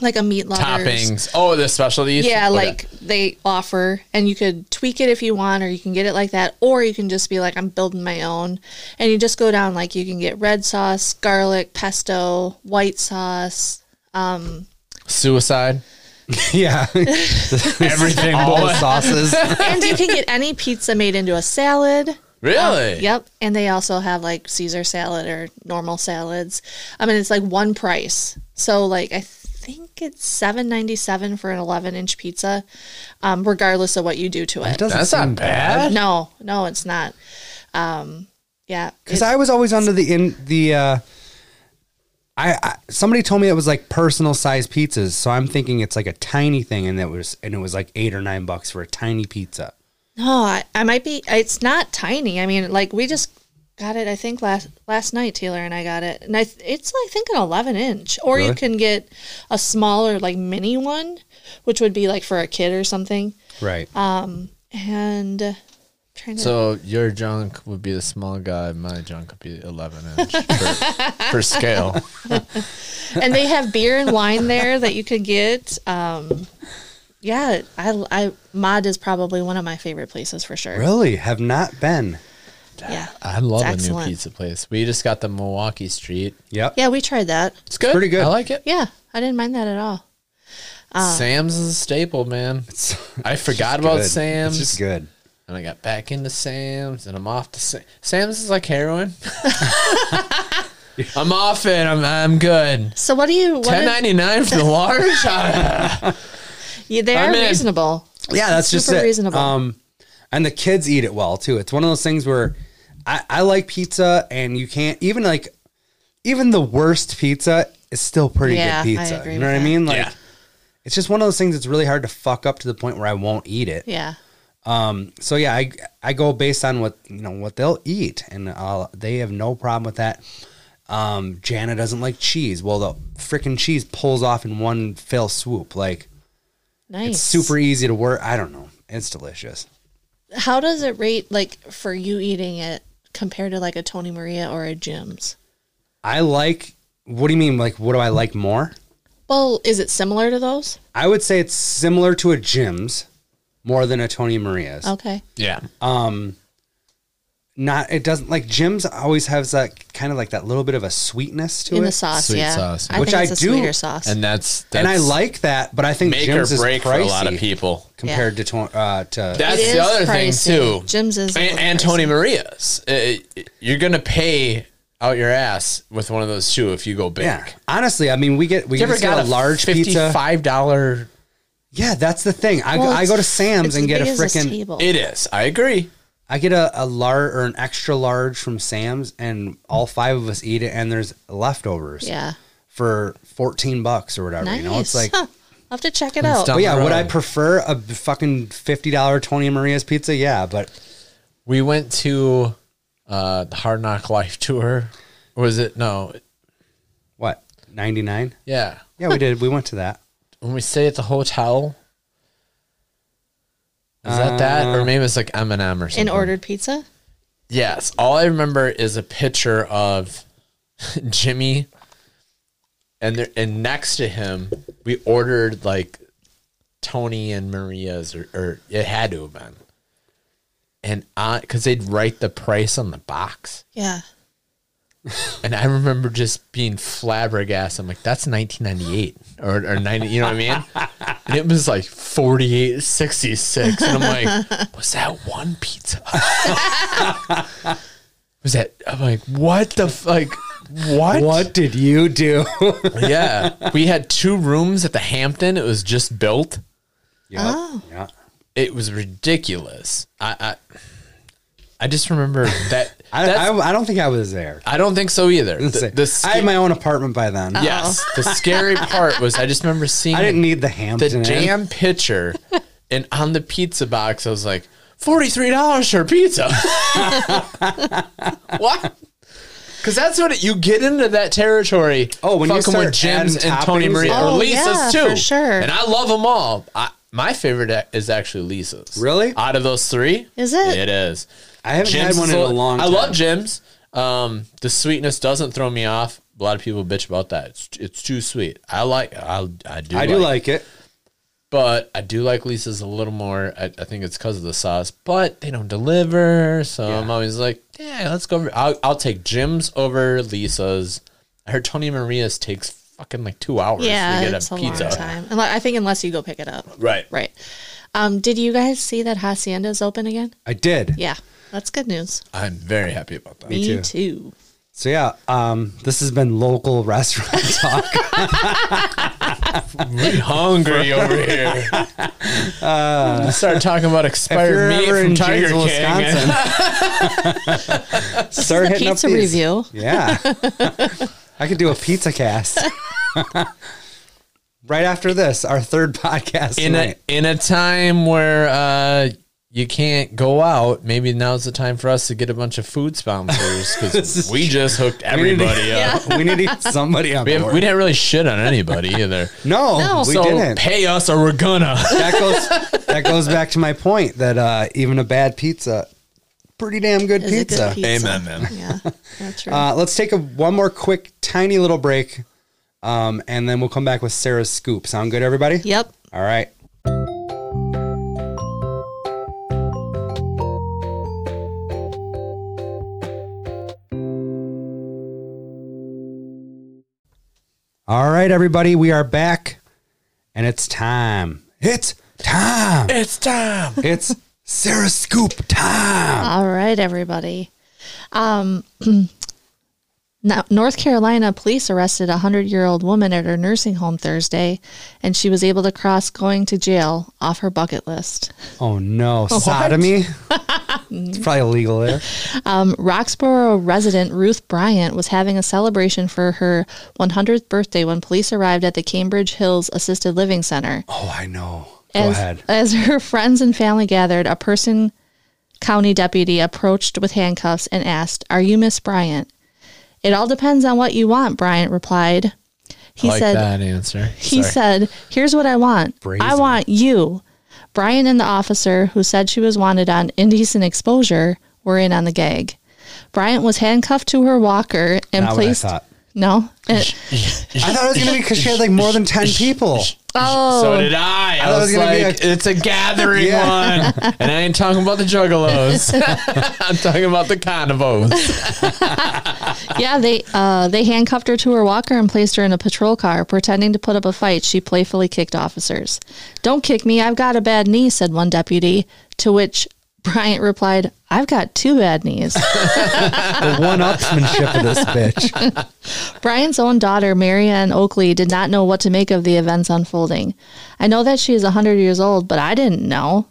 S3: like a meat lovers.
S2: Toppings. Oh, the specialties.
S3: Yeah,
S2: Okay.
S3: like they offer, and you could tweak it if you want, or you can get it like that, or you can just be like, I'm building my own. And you just go down, like, you can get red sauce, garlic, pesto, white sauce.
S2: suicide.
S1: *laughs*
S2: Oh,
S1: yeah.
S2: Everything.
S1: All
S2: boy.
S1: the
S2: *laughs*
S1: sauces.
S3: And you can get any pizza made into a salad.
S2: Really?
S3: Yep. And they also have like Caesar salad or normal salads. I mean, it's like one price. So, like, I think it's seven ninety seven for an 11 inch pizza, um, regardless of what you do to it.
S1: Doesn't
S2: That's
S1: seem
S2: not bad.
S3: No, no, it's not. Um, yeah,
S1: Because I was always under the in the. Uh, I, I somebody told me it was like personal size pizzas, so I'm thinking it's like a tiny thing, and that was and it was like eight or nine bucks for a tiny pizza.
S3: no, I, I might be. It's not tiny. I mean, like we just got it. I think last last night Taylor and I got it, and I th- it's I think an eleven inch, or you
S1: Really?
S3: can get a smaller like mini one, which would be like for a kid or something.
S1: Right.
S3: And uh, I'm trying to
S2: So your junk would be the small guy. My junk would be 11
S3: *laughs*
S2: inch for, for scale.
S3: *laughs* and they have beer and wine there that you could get. Um, yeah, I, I Mod is probably one of my favorite places for sure.
S1: really have not been.
S3: Yeah,
S2: I love
S3: It's
S2: a
S3: excellent.
S2: new pizza place. We just got the Milwaukee Street.
S1: Yep.
S3: yeah, we tried that.
S2: It's good.
S1: pretty good.
S2: I like it.
S3: Yeah, I didn't mind that at all. Uh,
S2: Sam's is a staple, man.
S1: It's-
S2: I forgot
S1: it's
S2: about
S1: good.
S2: Sam's.
S1: It's just good.
S2: and I got back into Sam's, and I'm off to Sam- Sam's is like
S1: *laughs*
S2: heroin. I'm off it. I'm I'm good.
S3: So what do you? What
S2: Ten
S3: is-
S2: ninety nine for the
S3: *laughs*
S2: large. I
S3: Yeah, they
S2: I'm
S3: are
S2: in.
S3: reasonable.
S1: Yeah, that's just
S3: super
S1: it.
S3: reasonable.
S1: Um, and the kids eat it well too. It's one of those things where I, I like pizza, and you can't even like even the worst pizza is still pretty
S3: Yeah, I
S1: good pizza.
S3: agree
S1: you know
S3: with
S1: what I
S3: that.
S1: mean? Like,
S2: Yeah.
S1: it's just one of those things that's really hard to fuck up to the point where I won't eat it.
S3: Yeah.
S1: Um, so yeah, I I go based on what you know what they'll eat, and I'll, they have no problem with that. Um, Jana doesn't like cheese. Well, the freaking cheese pulls off in one fell swoop. Like
S3: Nice.
S1: it's super e- easy to work. I don't know. It's delicious.
S3: How does it rate like for you eating it compared to like a Tony Maria or a Jim's?
S1: I like. What do you mean? Like, what do I like more?
S3: Well, is it similar to those?
S1: I would say it's similar to a Jim's more than a Tony Maria's.
S3: Okay.
S2: Yeah.
S1: Not it doesn't like Jim's always has that kind of like that little bit of a sweetness to
S3: In
S1: it.
S3: the sauce,
S2: Sweet
S3: yeah.
S2: sauce.
S3: I
S1: Which
S3: think
S1: I
S3: it's a
S1: do-
S3: sweeter sauce.
S2: and that's, that's
S1: and I like that, but I think
S2: make
S1: Jim's
S2: or
S1: is
S2: break for a lot of
S1: pricey
S2: people.
S1: compared to to uh, to
S2: That's
S3: It
S2: the
S3: is
S2: other
S3: pricey.
S2: thing too.
S3: Jim's is a
S2: and,
S3: little
S2: and Tony
S3: pricey.
S2: Maria's. Uh, you're gonna pay out your ass with one of those two if you go big.
S1: yeah. Honestly, I mean, we get we
S2: You ever
S1: just get
S2: got
S1: a large pizza.
S2: Five dollar.
S1: Yeah, that's the thing. I,
S3: Well,
S1: I
S3: it's-
S1: go to Sam's
S3: it's
S1: and
S3: as
S1: get a
S3: big as this
S1: freaking
S3: table.
S2: It is. I agree.
S1: I get a, a large or an extra large from Sam's, and all five of us eat it, and there's leftovers
S3: yeah.
S1: for fourteen bucks or whatever.
S3: Nice.
S1: You know, it's like
S3: Huh. *laughs* I'll have to check it out.
S2: down-
S1: But yeah,
S2: the
S1: would I
S2: road.
S1: prefer a b- fucking fifty dollar Tony Maria's pizza? Yeah, but
S2: We went to uh, the Hard Knock Life tour. Was it no?
S1: what ninety nine?
S2: Yeah.
S1: Yeah, we did. We went to that.
S2: When we stay at the hotel. Is that that, or maybe it's like M and M or something?
S3: And ordered pizza?
S2: Yes. All I remember is a picture of *laughs* Jimmy and there and next to him we ordered like Tony and Maria's or, or it had to have been. And I because they'd write the price on the box.
S3: Yeah.
S2: And I remember just being flabbergasted. I'm like, that's 1998 or, or 90, you know what I mean? And it was like 48.66. And I'm like, was that one pizza? *laughs* was that, I'm like, what the, f- like, what?
S1: What did you do?
S2: Yeah. We had two rooms at the Hampton. It was just built.
S1: *laughs* yeah,
S3: Oh.
S1: yeah.
S2: It was ridiculous. I, I, I just remember that.
S1: *laughs* I,
S2: that's-
S1: I, I don't think I was there.
S2: I don't think so either. The, the
S1: I
S2: sca-
S1: had my own apartment by then.
S2: yes, the scary part was I just remember seeing
S1: I didn't need the
S2: the
S1: Hampton. Inn.
S2: damn picture and on the pizza box i was like $43 for pizza *laughs* what because that's what it, you get into that territory
S1: Oh, when you
S2: fucking with
S1: start adding
S2: jim's and tony
S1: toppings,
S2: maria
S1: yeah.
S2: or
S3: Oh,
S2: lisa's
S3: yeah,
S2: too
S3: for sure.
S2: and i love them all I, my favorite a- is actually lisa's
S1: Really?
S2: out of those three
S3: Is it?
S2: it is
S1: I haven't had one
S2: is
S1: in a
S2: li-
S1: long.
S2: I
S1: time.
S2: love Jim's. Um, the sweetness doesn't throw me off. A lot of people bitch about that. It's, it's too sweet. I like. I, I do.
S1: I do like it.
S2: but I do like Lisa's a little more. I, I think it's because of the sauce, but they don't deliver. So I'm always like, yeah, let's go. over- I'll, I'll take Jim's over Lisa's. I heard Tony Maria's takes fucking like two hours
S3: Yeah,
S2: to get
S3: it's
S2: a
S3: a
S2: pizza.
S3: long time. Unle- I think unless you go pick it up.
S2: Right.
S3: Right. Um, did you guys see that Hacienda's open again?
S1: I did.
S3: Yeah. That's good news.
S2: I'm very happy about that.
S3: Me
S1: too.
S3: too.
S1: So yeah, um, this has been local *laughs* restaurant talk.
S2: *laughs* I'm hungry over *laughs* here. Uh, Start talking about
S1: if
S2: expired
S1: you're
S2: meat
S1: ever
S2: from
S1: in
S2: Tiger
S1: Janesville,
S2: King.
S1: Wisconsin, start *laughs*
S3: The
S1: hitting
S3: pizza
S1: up these.
S3: review.
S1: Yeah. I could do a pizza
S3: *laughs*
S1: cast. right after this, our third podcast.
S2: in a
S1: tonight.
S2: in a time where uh, you can't go out, maybe now's the time for us to get a bunch of food sponsors
S1: *laughs*
S2: because we just hooked
S1: need to-
S2: everybody up.
S1: we need to get somebody on
S2: We, have,
S1: board.
S2: we didn't really shit on anybody
S1: *laughs*
S2: either.
S1: no,
S3: No.
S1: we
S2: so
S1: didn't.
S2: pay us or we're gonna.
S1: That goes that goes back to my point that uh, even a bad pizza, pretty damn good
S3: Is a good
S1: pizza.
S3: pizza.
S2: Amen, man.
S3: Yeah. That's right.
S1: Uh, let's take a one more quick, tiny little break, um, and then we'll come back with Sarah's scoop. Sound good, everybody?
S3: yep.
S1: All right. All right, everybody, we are back, and it's time. It's time. *laughs*
S2: *laughs* It's time.
S1: It's Sarah Scoop time.
S3: All right, everybody. Um, *clears throat* now, North Carolina police arrested a 100 year old woman at her nursing home Thursday, and she was able to cross going to jail off her bucket list.
S1: Oh no, *laughs* sodomy. it's probably illegal there.
S3: Um, Roxborough resident Ruth Bryant was having a celebration for her 100th birthday when police arrived at the Cambridge Hills Assisted Living Center.
S1: Oh, I know. Go
S3: As,
S1: ahead.
S3: as her friends and family gathered, a person county deputy approached with handcuffs and asked, Are you Miss Bryant? It all depends on what you want, Bryant replied. He
S2: I like
S3: said
S2: that answer. *laughs*
S3: he
S2: Sorry.
S3: said, Here's what I want. I
S1: Brazen.
S3: want you. Brian and the officer who said she was wanted on indecent exposure were in on the gag. Bryant was handcuffed to her walker and
S1: Not what I
S3: placed.
S1: thought.
S3: No. And-
S1: I thought it was going to be because she had like more than *laughs* 10 people.
S3: oh.
S2: So did I. I,
S1: thought it
S2: was,
S1: was gonna be
S2: like,
S1: a-
S2: it's a gathering
S1: Yeah.
S2: one. And I ain't talking about the
S3: *laughs*
S2: juggalos. *laughs* I'm talking about the carnivores.
S3: yeah, they uh, they handcuffed her to her walker and placed her in a patrol car, pretending to put up a fight. She playfully kicked officers. "Don't kick me! I've got a bad knee," said one deputy. To which Bryant replied, "I've got two bad knees."
S1: The one upsmanship of this bitch.
S3: Brian's own daughter, Mary Ann Oakley, did not know what to make of the events unfolding. I know that she is 100 years old, but I didn't know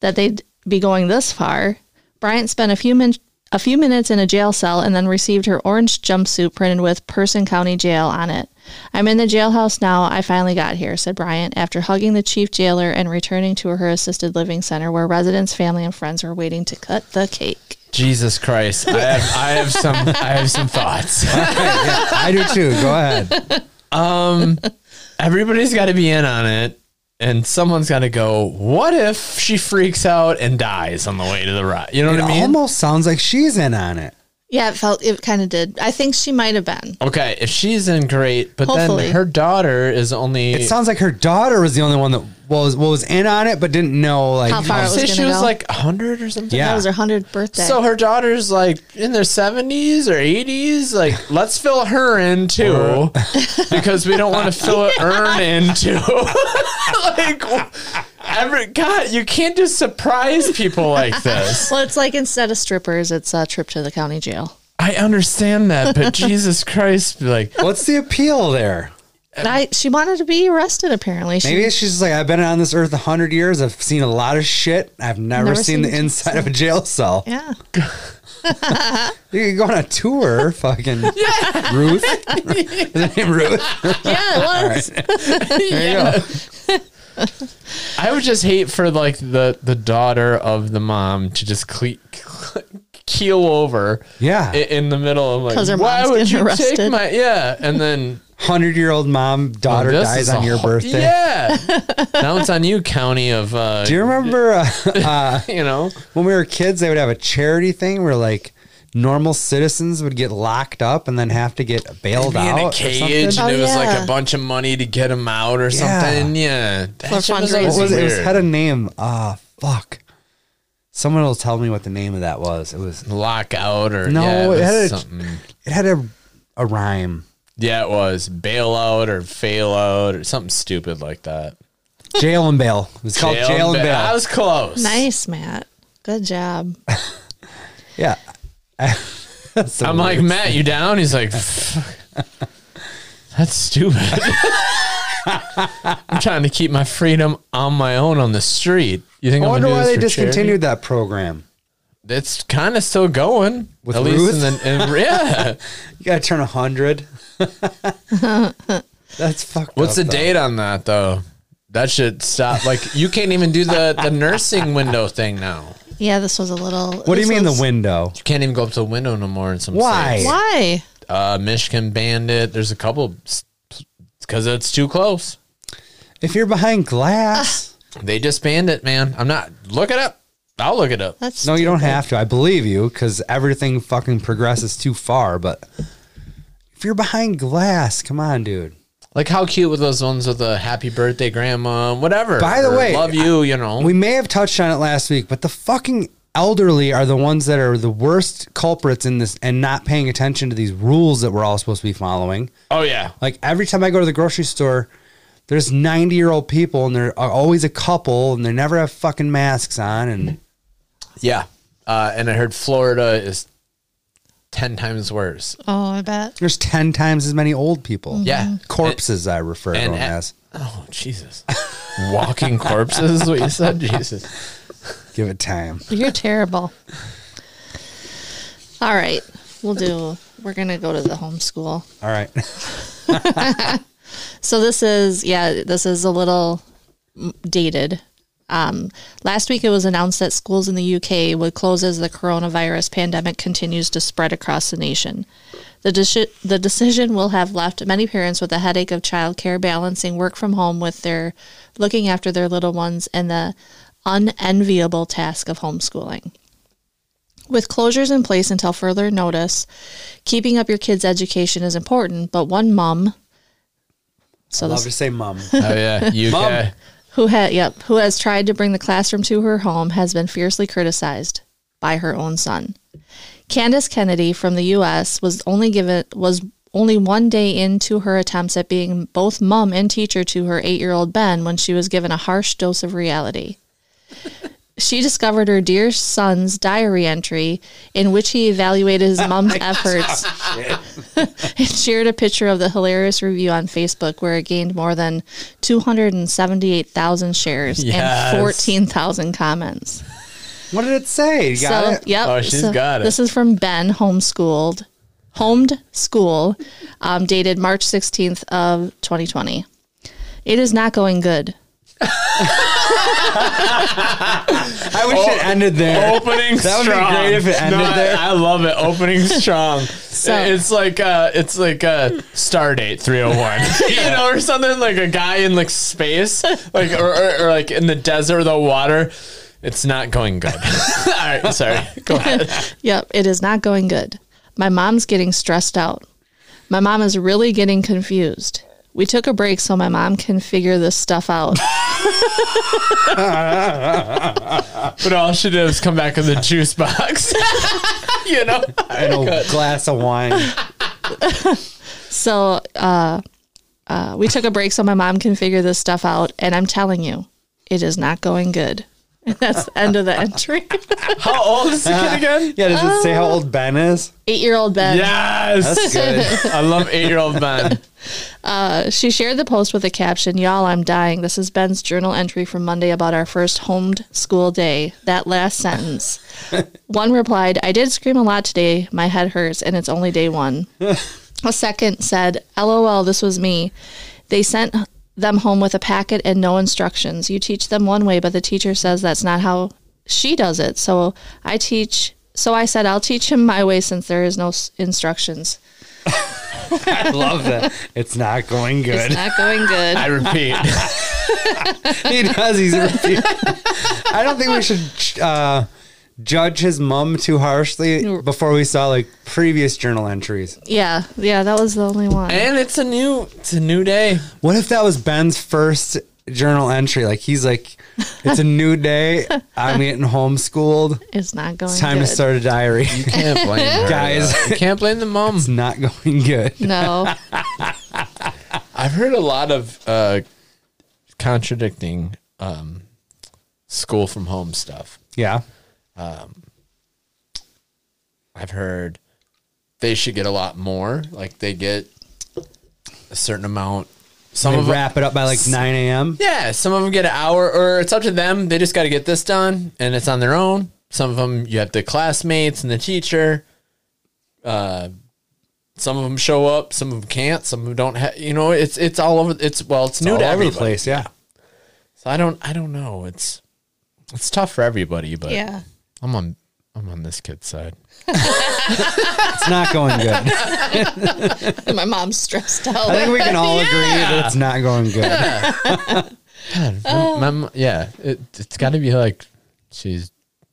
S3: that they'd be going this far. Bryant spent a few, min- a few minutes in a jail cell and then received her orange jumpsuit printed with Person County Jail on it. I'm in the jailhouse now. I finally got here, said Bryant after hugging the chief jailer and returning to her assisted living center where residents, family, and friends were waiting to cut the cake.
S2: Jesus Christ. I have, I have some I have some thoughts.
S1: I do too. Go ahead.
S2: Everybody's gotta be in on it. And someone's gotta go, what if she freaks out and dies on the way to the ride? You know
S1: It
S2: what I mean?
S1: almost sounds like she's in on it.
S3: Yeah, it felt, it kind of did. I think she might have been.
S2: Okay, if she's in great, but
S3: Hopefully.
S2: then her daughter is only
S1: It sounds like her daughter was the only one that was was in on it, but didn't know like
S3: How far-
S2: I'd
S3: it was
S2: say she
S3: gonna
S2: was
S3: go.
S2: like hundred or something.
S1: Yeah.
S3: That was her hundredth birthday.
S2: So her daughter's like in their seventies or
S1: *laughs*
S2: eighties. Like, let's fill her in too, *laughs* because we don't want
S1: *laughs*
S2: to fill Ern in too. *laughs* like, every God, you can't just surprise people like this.
S3: well, it's like instead of strippers, it's a trip to the county jail.
S2: I understand that,
S3: *laughs*
S2: but Jesus Christ, like,
S1: *laughs* What's the appeal there?
S3: And I, she wanted to be arrested. Apparently, she,
S1: Maybe it's just like I've been on this earth a hundred years. I've seen a lot of shit. I've never,
S3: Never
S1: seen,
S3: seen
S1: the
S3: a
S1: inside of a jail cell. *laughs*
S3: yeah.
S1: You could go on a
S3: *laughs*
S1: tour, fucking Ruth. Is her name Ruth?
S3: Yeah, it was.
S1: There you go.
S2: I would just hate for like the the daughter of the mom to just cle- keel over.
S1: Yeah.
S2: i- in the middle of
S3: 'Cause her
S2: like, why
S3: mom's
S2: would
S3: getting
S2: you take
S3: arrested."
S2: my yeah? And then
S1: Hundred year old mom *laughs* daughter
S2: This
S1: dies
S2: is
S1: on
S2: a
S1: your
S2: ho-
S1: birthday.
S3: *laughs*
S2: Yeah, now it's on you, county of uh, *laughs*
S1: Do you remember uh,
S2: you know.
S1: when we were kids? They would have a charity thing where like normal citizens would get locked up and then have to get bailed
S2: Be in
S1: out.
S2: a
S1: or
S2: cage,
S1: something.
S2: and
S3: Oh,
S2: it was like
S3: yeah.
S2: a bunch of money to get him out
S1: Yeah.
S2: or something. Yeah, that
S3: For
S2: shit was
S3: fundraising.
S2: always
S1: What was it? It was
S2: weird.
S1: had a name. Ah, fuck. Someone will tell me what the name of that was. It was.
S2: lockout or
S1: No,
S2: yeah, it
S1: it
S2: was
S1: had a-
S2: something.
S1: It had a a rhyme.
S2: Yeah, it was bailout or fail out or something stupid like that.
S1: Jail and bail. It was called jail, and bail.
S2: I was close.
S3: Nice, Matt. Good job.
S1: yeah. *laughs* That's the
S2: I'm like,
S1: worst.
S2: Matt, you down? He's like, "Fuck. that's stupid. I'm trying to keep my freedom on my own on the street. You think
S1: I
S2: I'm
S1: wonder
S2: gonna do
S1: why they
S2: this for charity?
S1: discontinued that program.
S2: It's kind of still going.
S1: With
S2: at
S1: Ruth?
S2: least in the in,
S1: *laughs*
S2: yeah.
S1: You gotta turn a hundred. *laughs* That's fucked.
S2: What's the
S1: up, though.
S2: date on that though? That should stop. Like you can't even do the the nursing window thing now.
S3: Yeah, this was a little.
S1: What do you
S3: this
S1: mean
S3: was-
S1: the window?
S2: You can't even go up to the window no more in some
S1: Why?
S2: states.
S3: Why?
S2: Uh, Michigan banned it. There's a couple because it's too close.
S1: If you're behind glass,
S2: They just banned it, man. I'm not. Look it up. I'll look it up.
S3: That's
S1: no, you don't have to. I believe you because everything fucking progresses too far. But if you're behind glass, come on, dude.
S2: Like how cute were those ones with the happy birthday grandma, whatever.
S1: By the
S2: or
S1: way,
S2: love you. You know.
S1: We may have touched on it last week, but the fucking elderly are the ones that are the worst culprits in this and not paying attention to these rules that we're all supposed to be following.
S2: oh yeah.
S1: Like every time I go to the grocery store, there's 90 year old people and they're always a couple and they never have fucking masks on. And
S2: Yeah. Uh, and I heard Florida is ten times worse.
S3: Oh, I bet.
S1: there's 10 times as many old people.
S2: Yeah.
S1: Corpses, I refer to
S2: And-
S1: them
S2: and-
S1: as.
S2: Oh Jesus. Walking corpses is what you said. Jesus.
S1: Give it time.
S3: You're terrible. All right, we'll do. We're gonna go to the homeschool.
S1: All right. *laughs*
S3: So this is yeah, this is a little m- dated. Um, last week, it was announced that schools in the UK would close as the coronavirus pandemic continues to spread across the nation. The, deci- the decision will have left many parents with the headache of childcare, balancing work from home with their looking after their little ones and the unenviable task of homeschooling. With closures in place until further notice, keeping up your kids' education is important, but one mom, so
S1: Love
S3: this
S1: to say mum.
S2: Oh yeah, UK.
S1: Mom.
S3: who had yep who has tried to bring the classroom to her home has been fiercely criticized by her own son. Candace Kennedy from the U.S. was only given was only one day into her attempts at being both mom and teacher to her eight-year-old Ben when she was given a harsh dose of reality. *laughs* She discovered her dear son's diary entry in which he evaluated his mom's efforts *laughs* and shared a picture of the hilarious review on Facebook where it gained more than 278,000 shares
S2: Yes.
S3: and 14,000 comments.
S1: What did it say? You got
S3: so,
S1: it?
S3: yep.
S2: Oh, she's
S3: so
S2: got it.
S3: This is from Ben Homeschooled, Homed School, um, dated March 16th of 2020. It is not going good.
S1: I wish it ended there. *laughs*
S2: Opening
S1: That would be
S2: strong.
S1: great if it ended
S2: No, I-
S1: there.
S2: I love it. *laughs* Opening strong. it's like uh it's like a star date *laughs* 301. You know, or something like a guy in like space, like or, or, or like in the desert or the water. It's not going *laughs* good. All right, sorry. Go ahead.
S3: Yep, it is not going good. My mom's getting stressed out. My mom is really getting confused. We took a break so my mom can figure this stuff
S2: *laughs*
S3: out.
S2: But all she did was come back with a juice box. *laughs* you know?
S1: An old glass of wine.
S3: So uh, uh, we took a break so my mom can figure this stuff out. And I'm telling you, it is not going good. *laughs* And that's the end of the entry. *laughs*
S2: How old is the kid again?
S1: Yeah, does it say how old Ben
S3: *laughs*
S1: is?
S3: Eight year old Ben.
S2: Yes.
S1: That's good.
S2: *laughs* I love eight year old Ben.
S3: She shared the post with a caption, Y'all, I'm dying. This is Ben's journal entry from Monday about our first homed school day. That last sentence. one replied, I did scream a lot today. My head hurts, and it's only day one. a second said, LOL, this was me. They sent them home with a packet and no instructions. You teach them one way, but the teacher says that's not how she does it. So I teach. So I said, I'll teach him my way since there is no s- instructions.
S1: I love that. It's not going
S3: It's
S1: good.
S3: not going
S2: *laughs*
S3: good.
S2: I repeat.
S1: *laughs* he does. He's. a repeat.
S3: *laughs*
S1: I don't think we should uh, judge his mum too
S3: Mm.
S1: harshly before we saw like previous journal entries.
S3: yeah, yeah, that was the only one.
S2: And it's a new it's a new day.
S1: What if that was Ben's first journal entry? Like he's like, it's a new day. I'm getting
S3: *laughs*
S1: homeschooled.
S3: It's not going.
S1: It's time
S3: good.
S1: to start a diary. *laughs*
S2: Can't *laughs* blame her,
S1: Guys.
S2: though. You can't blame the mom.
S1: It's not going good.
S3: No,
S2: *laughs* I've heard a lot of uh, contradicting um, school from home stuff.
S1: Yeah.
S2: I've heard they should get a lot more. Like they get a certain amount. Some
S1: They
S2: of 'em-
S1: wrap it up by like 9 a.m.
S2: yeah. Some of them get an hour, or it's up to them. They just got to get this done, and it's on their own. Some of them you have the classmates and the teacher. Uh, some of them show up. Some of them can't. Some of them don't have. You know, it's it's all over. It's well, it's, new
S1: All
S2: to
S1: over the
S2: everybody.
S1: place. Yeah.
S2: So I don't I don't know. It's it's tough for everybody, but
S3: *laughs* yeah,
S2: I'm on I'm on this kid's side.
S1: It's not going good. I
S3: my mom's stressed out. *laughs*
S1: think we can all agree that it's not going good.
S2: My mom- yeah, it, it's got to be like she's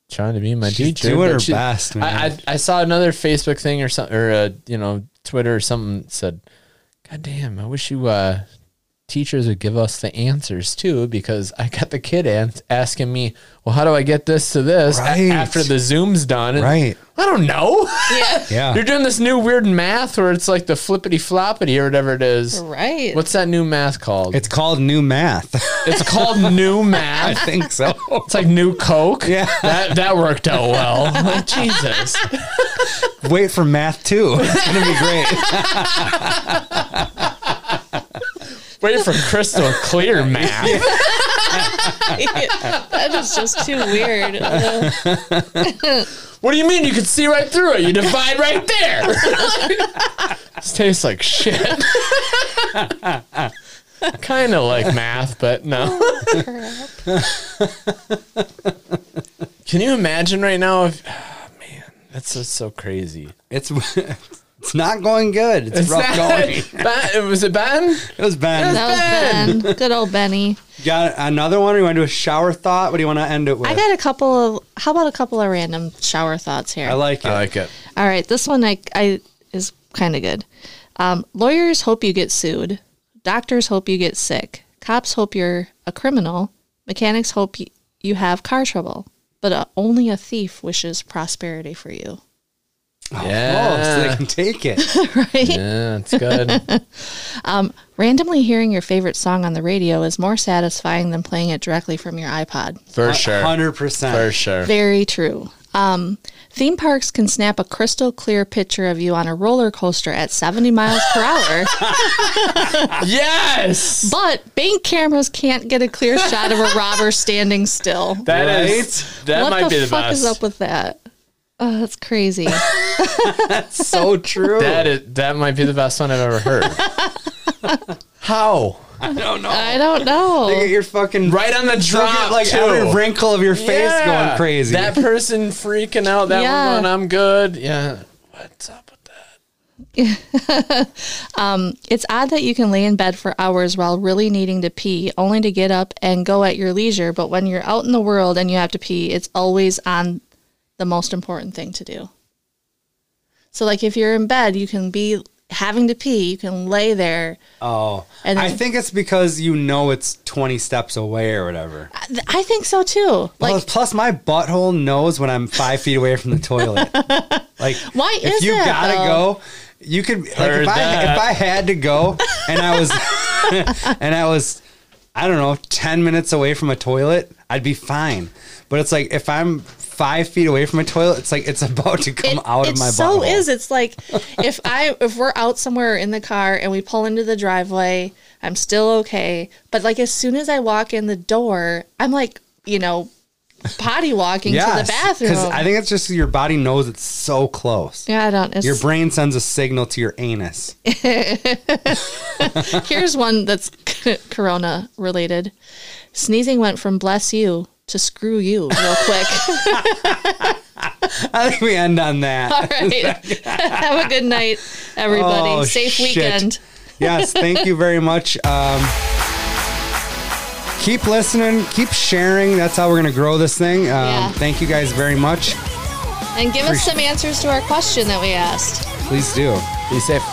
S2: trying to be my teacher.
S1: doing
S2: but
S1: her best, man.
S2: I, I I saw another Facebook thing or something or uh, you know Twitter or something said, "God damn, I wish you uh, teachers would give us the answers too because I got the kid ans- asking me, well, how do I get this to this a-
S1: Right.
S2: after the Zoom's done? And
S1: Right.
S2: I don't know. *laughs*
S1: Yeah.
S2: You're doing this new weird math where it's like the flippity floppity or whatever it is.
S3: right.
S2: What's that new math called?
S1: It's called new math. *laughs*
S2: It's called new
S1: I
S2: math.
S1: think so.
S2: It's like new Coke.
S1: Yeah.
S2: That that worked out well.
S1: *laughs*
S2: Like, Jesus.
S1: Wait for math *laughs* too. It's gonna be great.
S2: Wait for crystal clear math.
S3: *laughs* that is just too *laughs* weird. Uh,
S2: What do you mean you could see right through it? You divide right *laughs* there. this tastes like shit. kind of like math,
S1: *laughs*
S2: but no. Can you imagine right now? If *sighs* man, that's just so crazy.
S1: It's it's not going good. It's, rough going.
S2: ben, was it Ben?
S1: It was Ben.
S3: That was Ben. Good old Benny.
S1: Got another one? Or you want to do a shower thought? What do you want to end it with?
S3: I got a couple of, how about a couple of random shower thoughts here?
S1: I like it.
S2: I like it.
S3: All right, this one I, I is kind of good. Um, lawyers hope you get sued. Doctors hope you get sick. Cops hope you're a criminal. Mechanics hope y- you have car trouble. But uh, only a thief wishes prosperity for you.
S1: Oh, so they
S2: yeah,
S1: can take it.
S3: Right?
S2: yeah, it's good.
S1: *laughs*
S3: Randomly hearing your favorite song on the radio is more satisfying than playing it directly from your iPod.
S2: For sure.
S1: Hundred
S2: For
S1: percent.
S2: sure.
S3: Very true. Um, theme parks can snap a crystal clear picture of you on a roller coaster at 70 miles per hour.
S2: *laughs* Yes.
S3: But bank cameras can't get a clear shot of a robber standing still.
S2: That
S1: Right?
S2: is- That
S3: what
S2: might
S3: the
S2: be the
S3: fuck
S2: best.
S3: is up with that? Oh, that's crazy.
S1: So true.
S2: that is. That might be the best one I've ever heard.
S3: *laughs*
S2: How?
S1: I don't know.
S3: I don't
S2: *laughs*
S3: know.
S1: Look at your fucking
S2: Right on the
S1: Look at,
S2: drop,
S1: like
S2: too.
S1: every wrinkle of your face
S2: Yeah.
S1: going crazy.
S2: That person freaking out. That
S3: Yeah.
S2: one, I'm good. Yeah. What's up with that?
S3: It's odd that you can lay in bed for hours while really needing to pee, only to get up and go at your leisure. But when you're out in the world and you have to pee, it's always on the most important thing to do. So, like if you're in bed, you can be having to pee, you can lay there.
S1: oh,
S3: And
S1: I
S3: then-
S1: think it's because you know it's twenty steps away or whatever.
S3: I, th- I think so too. Uh, Like,
S1: plus, plus, my butthole knows when I'm five feet away from the
S3: *laughs*
S1: toilet. Like,
S3: Why
S1: if
S3: is
S1: you
S3: that,
S1: gotta
S3: though?
S1: go, you could. Like,
S2: Heard
S1: if I
S2: that.
S1: if I had to
S3: *laughs*
S1: go, and I was, and I was, *laughs* I don't know, ten minutes away from a toilet, I'd be fine. But it's like if I'm five feet away from a toilet, it's like it's about to come out of my
S3: so
S1: butthole.
S3: is
S1: *laughs*
S3: it's like if i if we're out somewhere in the car and we pull into the driveway i'm still okay but like as soon as i walk in the door i'm like you know potty walking to the bathroom
S1: I think it's just your body knows it's so close.
S3: yeah i don't it's,
S1: Your brain sends a signal to your anus.
S3: *laughs*
S1: *laughs*
S3: here's one that's *laughs* corona related sneezing went from bless you to screw
S1: *laughs*
S3: you real quick
S1: I think we end on that.
S3: *laughs* all right have a good night everybody
S1: Oh,
S3: safe
S1: shit.
S3: weekend
S1: yes, thank you very much. Um, keep listening, keep sharing. That's how we're going to grow this thing. Um,
S3: Yeah.
S1: Thank you guys very much.
S3: and give us some answers to our question that we asked
S1: Please do.
S2: Be safe.